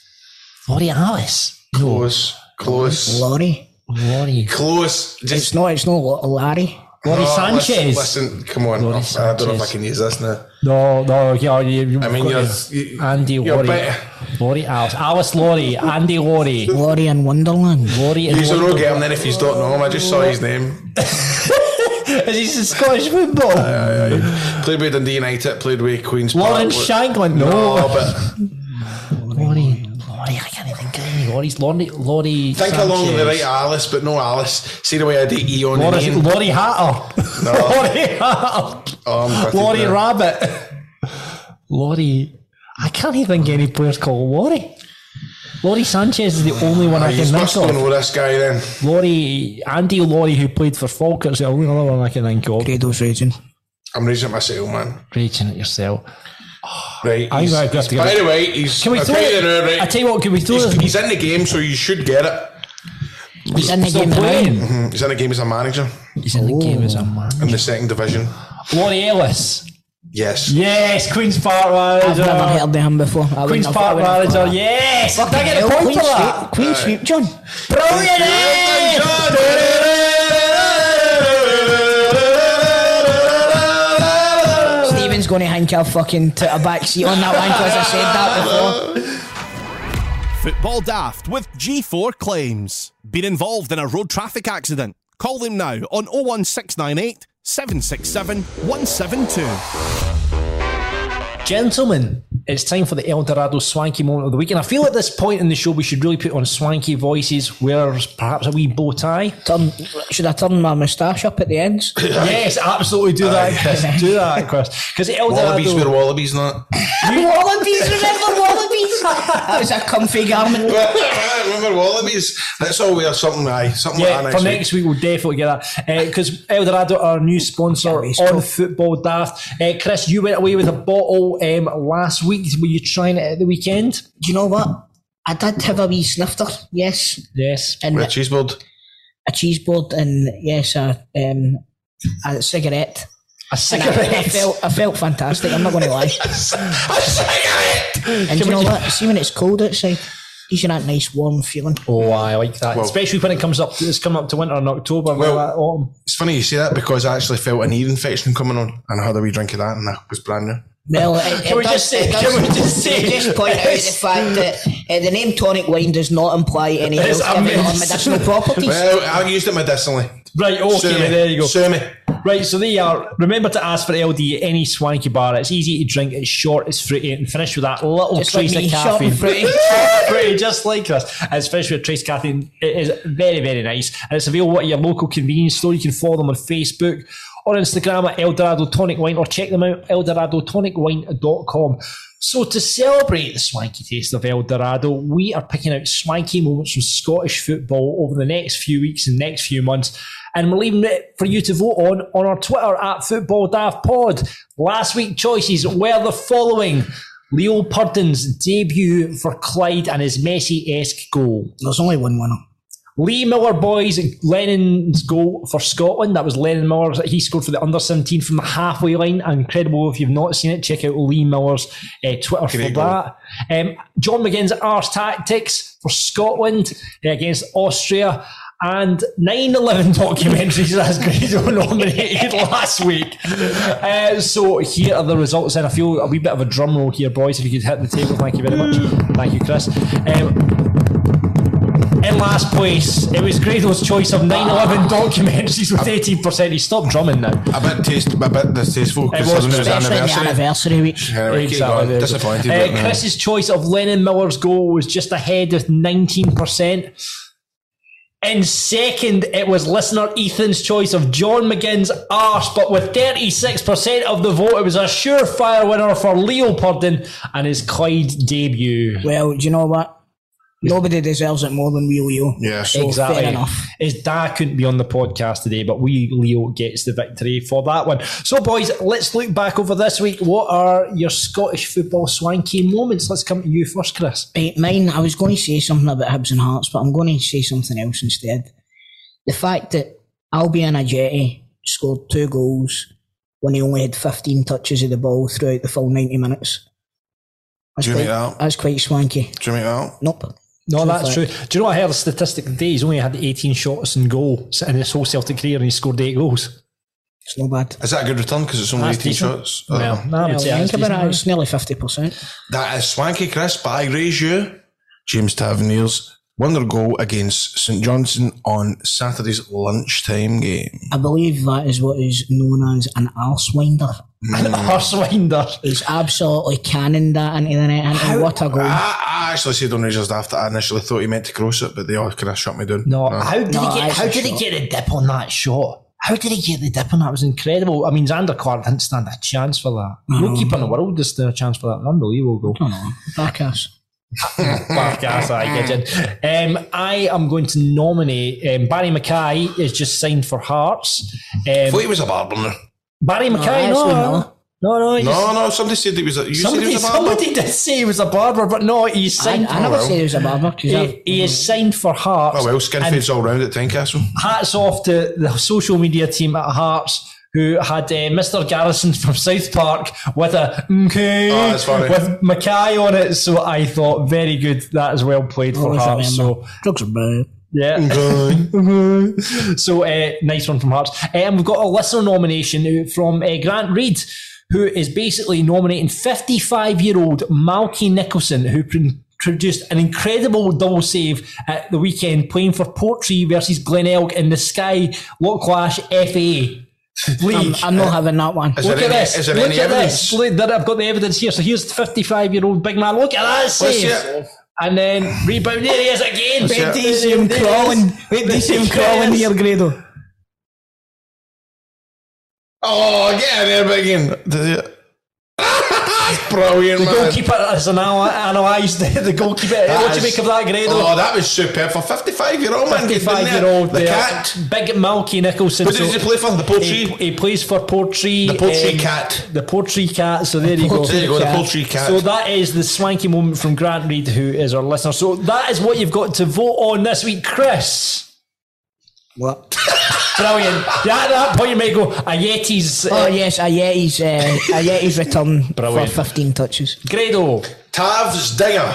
E: Laurie Alice.
F: Close. Close.
C: Laurie.
E: Laurie.
F: Close.
C: It's
F: Just
C: not. It's not Lo- Larry.
E: Laurie
F: Oh,
E: Sanchez.
F: Listen, listen, come on.
E: Laurie
F: I, I don't know if I
E: Sanchez.
F: can use this now.
E: No, no, yeah, you, you
F: I mean, you're, you,
E: Andy
F: you're
E: Laurie.
F: better.
E: Laurie Alice. Alice Laurie. Andy Laurie.
C: Laurie in Wonderland.
E: Laurie and
F: You don't know, get him then if you don't know him. I just saw his name.
E: *laughs* Is he Scottish football?
F: Uh, Played with Dundee United, played with Queens Park.
E: Lauren Shanklin. No.
F: No, uh, but
E: Laurie. Laurie, I can't even think Laurie's Laurie Laurie.
F: Think
E: Sanchez.
F: along the right Alice, but no Alice. See the way I did E on the
E: Laurie,
F: name.
E: Laurie Hatter. *laughs*
F: No.
E: Laurie Hatter.
F: Oh, I'm gutted
E: Laurie
F: now.
E: Rabbit. Laurie. I can't even think any players called Laurie. Laurie Sanchez is the only one I
F: You
E: can
F: must
E: think
F: don't
E: of.
F: know this guy then.
E: Laurie, Andy Laurie, who played for Falkirk's the only other one I can think of.
C: Grado's raging.
F: I'm raising myself, man.
E: Raging at yourself.
F: Right.
E: I think
F: he's-
E: I've got to
F: by
E: get
F: the way, he's.
E: Can we
F: I'll
E: throw
F: tell you
E: it?
F: now, right,
E: I tell you what, can we throw
F: he's,
E: this?
F: he's in the game, so you should get it. Hmm,
C: He's in the
E: Still
C: game now.
E: playing.
F: He's in the game as a manager
E: He's in the
C: Oh.
E: game as a man.
F: in the second division.
E: Laurie Ellis.
F: Yes.
E: Yes, Queen's Park
C: I've
E: manager.
C: never heard of him before. I
E: uh, Queen's
C: wouldn't have- I
E: Park manager.
C: wouldn't have thought Oh, that.
E: Yes,
C: Fucking
E: I get a
C: hell,
E: point
C: Queen
E: for that.
C: sweep, Queen sweep, John.
E: Brilliant! eh?
C: Stephen's going to handcuff fucking to a back seat on that one because I said that before.
A: Football Daft with G4 Claims. Been involved in a road traffic accident? Call them now on 01698 767 172.
E: Gentlemen, it's time for the El Dorado swanky moment of the week. And I feel at this point in the show we should really put on swanky voices, wear perhaps a wee bow tie.
C: Turn, should I turn my moustache up at
E: *laughs*
C: the ends?
E: Yes, absolutely do that, Chris. *laughs* Do that, Chris. Because El
F: Ah, *laughs* Wallabies were
E: Dorado.
F: wallabies, not.
C: wallabies, remember *laughs* wallabies? that was a comfy garment.
F: *laughs* Remember wallabies? That's always something, aye. Something
E: Yeah,
F: like that
E: for
F: next week.
E: next week we'll definitely get that because El Dorado are our new sponsor
C: Yeah, it's
E: on
C: cool.
E: Football Daft. Uh, Chris, you went away with a bottle um, last week. Were you trying it at the weekend?
C: Do you know what? I did have a wee snifter, yes,
E: Yes.
C: and
F: With a cheese board.
C: a cheese board, and yes, a, um, a cigarette.
E: A
C: And I, I
E: cigarette.
C: felt I felt fantastic. I'm not going
E: *laughs*
C: to lie.
F: A cigarette!
C: And do you know what? See when it's cold outside, gives you that nice warm feeling.
E: Oh, I like that,
F: Well-
E: especially when it comes up. It's coming up to winter in October.
F: Well-
E: Well, that autumn.
F: It's funny you say that because I actually felt an ear infection coming on and I had a wee drink of that and that was brand new.
C: Well, it,
E: Can
C: it
E: we
C: does,
E: just say-
C: it does-
E: can we just say-
C: just point out the fact that uh, the name tonic wine does not imply any
E: It's
C: health giving or
E: amazing.
C: medicinal properties.
F: Well, I used it medicinally.
E: Right, okay,
F: Sue me.
E: there you go.
F: Sue me.
E: Right, so they are. Remember to ask for LD at any swanky bar. It's easy to drink, it's short, it's fruity, and finish with that little
C: It's like
E: trace
C: me,
E: of
C: short
E: caffeine.
C: and fruity.
E: Fruity, just like us. And it's finished with trace caffeine. It is very, very nice. And it's available at your local convenience store. You can follow them on Facebook or Instagram at El Dorado Tonic Wine or check them out, eldoradotonicwine.com. So to celebrate the swanky taste of El Dorado, we are picking out swanky moments from Scottish football over the next few weeks and next few months. And we're leaving it for you to vote on on our Twitter at Football Daft Pod. Last week choices were the following. Leo Purden's debut for Clyde and his Messi-esque goal.
C: There's only one winner.
E: Lee Miller boys Lennon's goal for Scotland. That was Lennon Miller. He scored for the under 17 from the halfway line. Incredible. If you've not seen it, check out Lee Miller's uh, Twitter for
F: Great goal.
E: that. Um, John McGinn's arse tactics for Scotland uh, against Austria. And 9 11 *laughs* documentaries as Grado nominated *laughs* last week. Uh, so here are the results, and I feel a wee bit of a drum roll here, boys. If you could hit the table, thank you very much. Thank you, Chris. Um, in last place, it was Grado's choice of 9 11 documentaries with 18%. He stopped drumming now.
F: A bit taste, a bit
E: It
F: distasteful
E: was
F: because it was
C: Especially in the
F: anniversary.
C: anniversary week.
F: Anyway, keep
E: Exactly,
F: going.
E: there you go.
F: Disappointed.
E: Uh,
F: but no.
E: Chris's choice of Lennon Miller's goal was just ahead with 19%. In second, it was listener Ethan's choice of John McGinn's arse, but with 36% of the vote, it was a surefire winner for Leo Purden and his Clyde debut.
C: Well, do you know what? Nobody deserves it more than we, Leo.
F: Yeah.
C: So
E: exactly.
C: fair enough.
E: His dad couldn't be on the podcast today, but we Leo gets the victory for that one. So, boys, let's look back over this week. What are your Scottish football swanky moments? Let's come to you first, Chris.
C: Eh, Mine, I was going to say something about Hibs and Hearts, but I'm going to say something else instead. The fact that Albion Ajeti scored two goals when he only had 15 touches of the ball throughout the full 90 minutes. That's
F: Do you
C: quite,
F: make that?
C: That's quite swanky.
F: Do you make that?
C: Nope.
E: No, Oh, that's
C: fact.
E: true. Do you know I heard a statistic today? He's only had 18 shots and goal in his whole Celtic career, and he scored eight goals.
C: It's not bad.
F: Is that a good return because it's only
E: That's
F: 18
E: decent.
F: shots? I
E: Well,
F: don't know.
E: no, I would
C: Well,
E: say that's
C: think about it,
E: decent.
C: it's nearly 50%.
F: That is swanky, Chris, but I raise you. James Taverniers won their goal against St Johnson on Saturday's lunchtime game.
C: I believe that is what is known as an arsewinder.
E: *laughs* Horsewinder.
C: He's absolutely canning that into the net. And what a goal.
F: Ah. I, I actually said on Rangers after I initially thought he meant to cross it, but they all kind of shut me down. Uh,
E: No, how did
C: No,
E: he get?
C: that's
E: How
C: a
E: did he
C: shot.
E: get a dip on that shot? How did he get the dip on that? It was incredible. I mean, Xander Clark didn't stand a chance for that. No keeper in the world did stand a chance for that. An unbelievable goal.
C: Oh, Back us.
E: Back ass, I get it. Um, I am going to nominate um, Barry Mackay. Is just signed for Hearts.
F: I
E: Um,
F: thought he was a barber.
E: Barry Mackay,
C: actually,
E: no, no, no, he just-
F: No, no, somebody said he was a. You
E: Somebody,
F: said he was a barber.
E: somebody did say he was a barber, but no, he's
C: I,
E: signed.
C: I never said he was a barber. 'cause
E: he,
C: I-
E: he is signed for Hearts.
F: Oh well, skin
E: and
F: fades all round at Tynecastle.
E: *laughs* hats off to the social media team at Hearts who had uh, Mr. Garrison from South Park with a okay
F: Oh, that's funny.
E: with Mackay on it. So I thought very good. That is well played for
C: Always
E: Hearts. So
C: remember. Drugs are bad.
F: Mm.
E: yeah, so uh, nice one from Hearts. Uh, and we've got a listener nomination from uh, Grant Reid. Who is basically nominating 55 year old Malky Nicholson, who pr- produced an incredible double save at the weekend playing for Portree versus Glenelg in the Sky Locklash FA
C: I'm,
E: League.
C: I'm not having that one.
F: Is
E: Look
F: there
E: at
F: any-
E: this.
F: Is there
E: Look
F: any
E: at
F: evidence?
E: this. Look, there, I've got the evidence here. So here's the 55 year old big man. Look at that
F: Let's
E: save.
F: see it.
E: And then rebound. There he is again.
F: see it.
E: There he is.
C: Wait, do you see
E: him crawling here,
C: Grado?
F: Oh, get in there, Biggin. Did it- *laughs* That's brilliant,
E: The
F: man.
E: goalkeeper has anal- analysed *laughs* the goalkeeper. what do
F: is-
E: you make of that,
F: Oh,
E: Grado?
F: that was superb for 55 year old man.
E: 55 year old.
F: The
E: there.
F: cat.
E: Big Malky Nicholson.
F: Who did
E: So
F: he play for? The
E: he,
F: poultry?
E: he plays for Portree.
F: The poultry
E: um,
F: cat.
E: The Portree cat. So there you go.
F: There you go, the poultry cat.
E: So that is the swanky moment from Grant Reid, who is our listener. So that is what you've got to vote on this week, Chris.
C: What?
E: Brilliant. Yeah, at that point you may go, a Yeti's
C: Oh
E: uh,
C: yes, a Yeti's, uh, a Yeti's return for
E: Brilliant.
C: 15 touches.
E: Grado.
F: Tav's Dinger.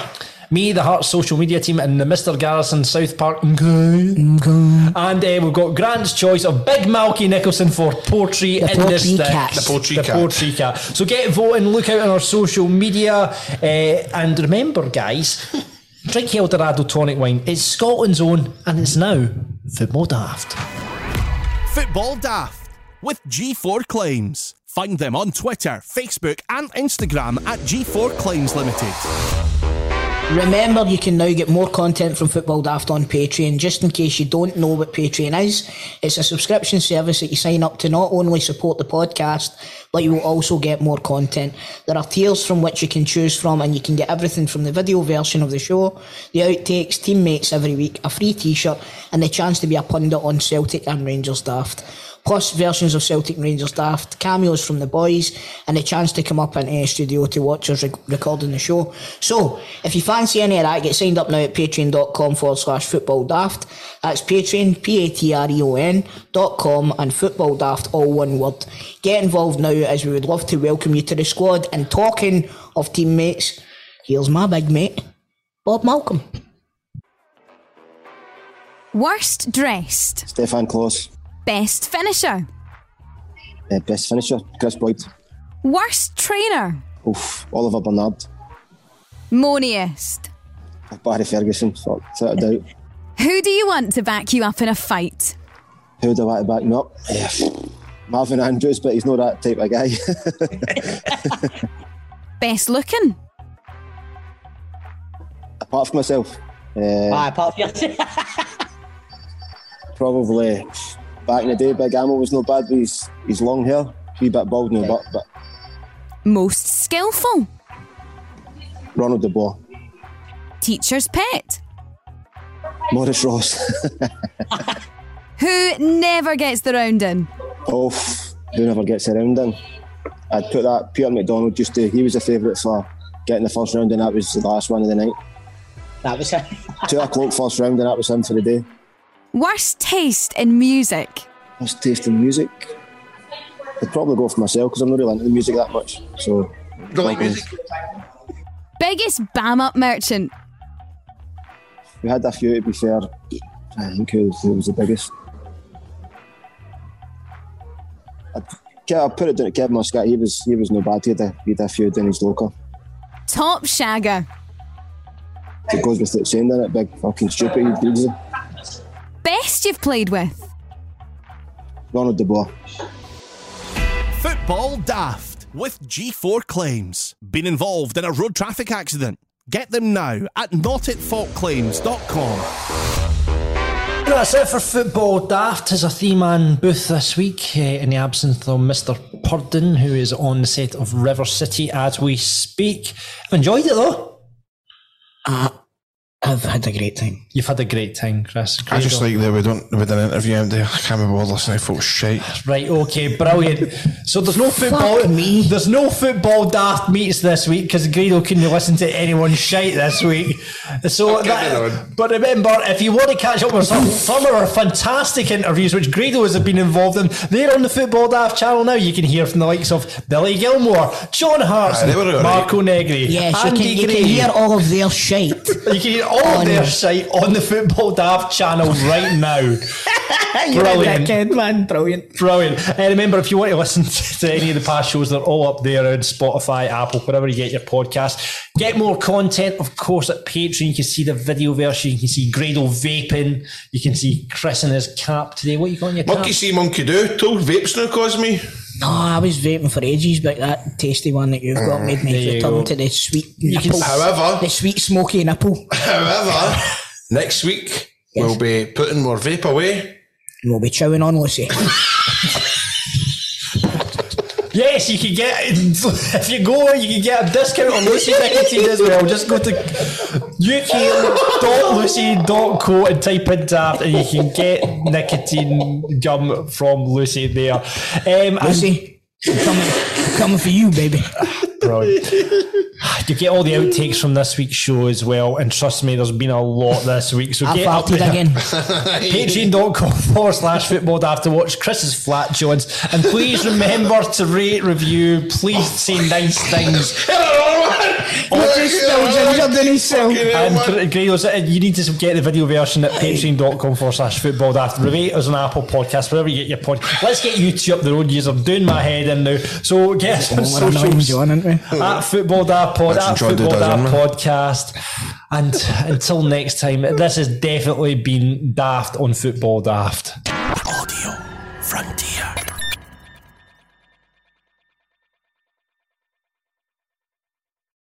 E: Me, the Hearts social media team, and the Mr. Garrison South Park. And uh, we've got Grant's choice of Big Malky Nicholson for poetry
C: The
E: in
C: poetry
E: this stick.
C: cat.
F: The poetry
E: the
F: cat.
E: poetry cat. So get voting, look out on our social media, uh, and remember, guys, drink your Eldorado tonic wine. It's Scotland's own, and it's now football daft.
A: Football Daft with G4 Claims. Find them on Twitter, Facebook, and Instagram at G4 Claims Limited.
C: Remember, you can now get more content from Football Daft on Patreon. Just in case you don't know what Patreon is, it's a subscription service that you sign up to not only support the podcast, but you will also get more content. There are tiers from which you can choose from, and you can get everything from the video version of the show, the outtakes, teammates every week, a free t shirt, and the chance to be a pundit on Celtic and Rangers Daft. Plus, versions of Celtic and Rangers Daft, cameos from the boys, and a chance to come up in a studio to watch us rec- recording the show. So, if you fancy any of that, get signed up now at patreon.com forward slash football daft. That's patreon, P A T R E O N dot com and football daft, all one word. Get involved now as we would love to welcome you to the squad. And talking of teammates, here's my big mate, Bob Malcolm.
K: Worst dressed.
H: Stefan Klaus,
K: Best finisher.
H: uh, best finisher, Chris Boyd,
K: Worst trainer.
H: oof, Oliver Bernard,
K: Moniest.
H: Barry Ferguson, fuck, without a doubt.
K: Who do you want to back you up in a fight?
H: Who do I want to back me up? Eh, Marvin Andrews, but he's not that type of guy.
K: Best looking.
H: Apart from myself, uh,
L: apart from your-
H: probably back in the day, Big Ammo was no bad with his, his long hair, wee bit bald now, but, but
K: Most skillful.
H: Ronald De Boer,
K: Teacher's pet.
H: Morris Ross.
K: Who never gets the round in.
H: Oh, who never gets around him. I'd put that Peter McDonald used to. He was a favourite for getting the first round, and that was the last one of the night.
L: that was it.
H: Two o'clock first round, and that was him for the day.
K: Worst taste in music.
H: What's taste in music? I'd probably go for myself because I'm not really into the music that much. So,
F: Don't like music.
K: Biggest bam up merchant.
H: we had a few to be fair. uh, I think who, who was the biggest. I'd, yeah, I'd put it down to Kev Muscat. He was he was no bad. He had a, he had a few down his locker.
K: Top shagger.
H: It goes without saying that it big fucking stupid. He did it.
K: Best you've played with.
H: Ronald De Boer.
A: Football Daft with G4 Claims. Been involved in a road traffic accident? Get them now at notitfaultclaims.com.
E: That's it for football. Daft is a three-man booth this week eh, in the absence of Mr. Purden, who is on the set of River City as we speak. I've enjoyed it though.
C: I've had a great time.
E: You've had a great time, Chris.
F: I
E: Great
F: just
E: job.
F: like that we don't we didn't interview him there. I can't remember what listening for was shite.
E: Right, okay, brilliant. So there's no football.
C: me.
E: There's no football daft meets this week because Greedo couldn't listen to anyone shite this week. So that, but remember, if you want to catch up with
C: *laughs*
E: some, some of our fantastic interviews which Greedo has been involved in, they're on the Football Daft channel now. You can hear from the likes of Billy Gilmore, John Hartson,
F: Aye, they were alright.
E: Marco Negri,
C: Yes, you
E: Andy
C: can, you
E: Gray.
C: can hear all of their shite.
E: You can hear all of
C: on-
E: their shite on the Football Daft channel right
C: *laughs*
E: now.
C: You're a
E: Brilliant.
C: dickhead, man. Brilliant.
E: Brilliant. And remember, if you want to listen *laughs* to any of the past shows, they're all up there on Spotify, Apple, wherever you get your podcast. Get more content, of course, at Patreon. You can see the video version. You can see Gradle vaping. You can see Chris in his cap today. What are you calling your
F: Monkey
E: cap?
F: see, monkey do. Told vapes now, Cosme.
C: No, Oh, I was vaping for ages, but that tasty one that you've got made
E: Oh. Mm, There you
C: me
E: go.
C: return to the sweet
E: You can-
C: nipple.
F: However-
C: the sweet smoky nipple.
F: *laughs* However, next week we'll be putting more vape away.
C: We'll be chewing on Lucy.
E: Yes, you can get, *laughs* if you go, you can get a discount on Lucy Nicotine as well. Just go to uk.lucy.co and type in daft and you can get nicotine gum from Lucy there. Um, and-
C: Lucy, coming, coming for you, baby.
E: Brilliant. *sighs* You get all the outtakes from this week's show as well, and trust me, there's been a lot this week. So
C: I
E: get up
C: farted
E: there.
C: again.
E: *laughs* Patreon.com forward slash football after watch Chris's flat joints, and please remember to rate, review, please say nice things. And Grados, you need to get the video version at patreon.com forward slash football after. Rate us on Apple Podcast, wherever you get your pod. Let's get you two up the road. You're doing my head in now. So get us on
C: We're annoying
E: socials
C: John, aren't we?
E: at Football Dad Pod,
F: That's
E: at
F: enjoyed
E: Football
F: it,
E: Dad
F: hasn't it?
E: Podcast. And until next time, this has definitely been Daft on Football Daft.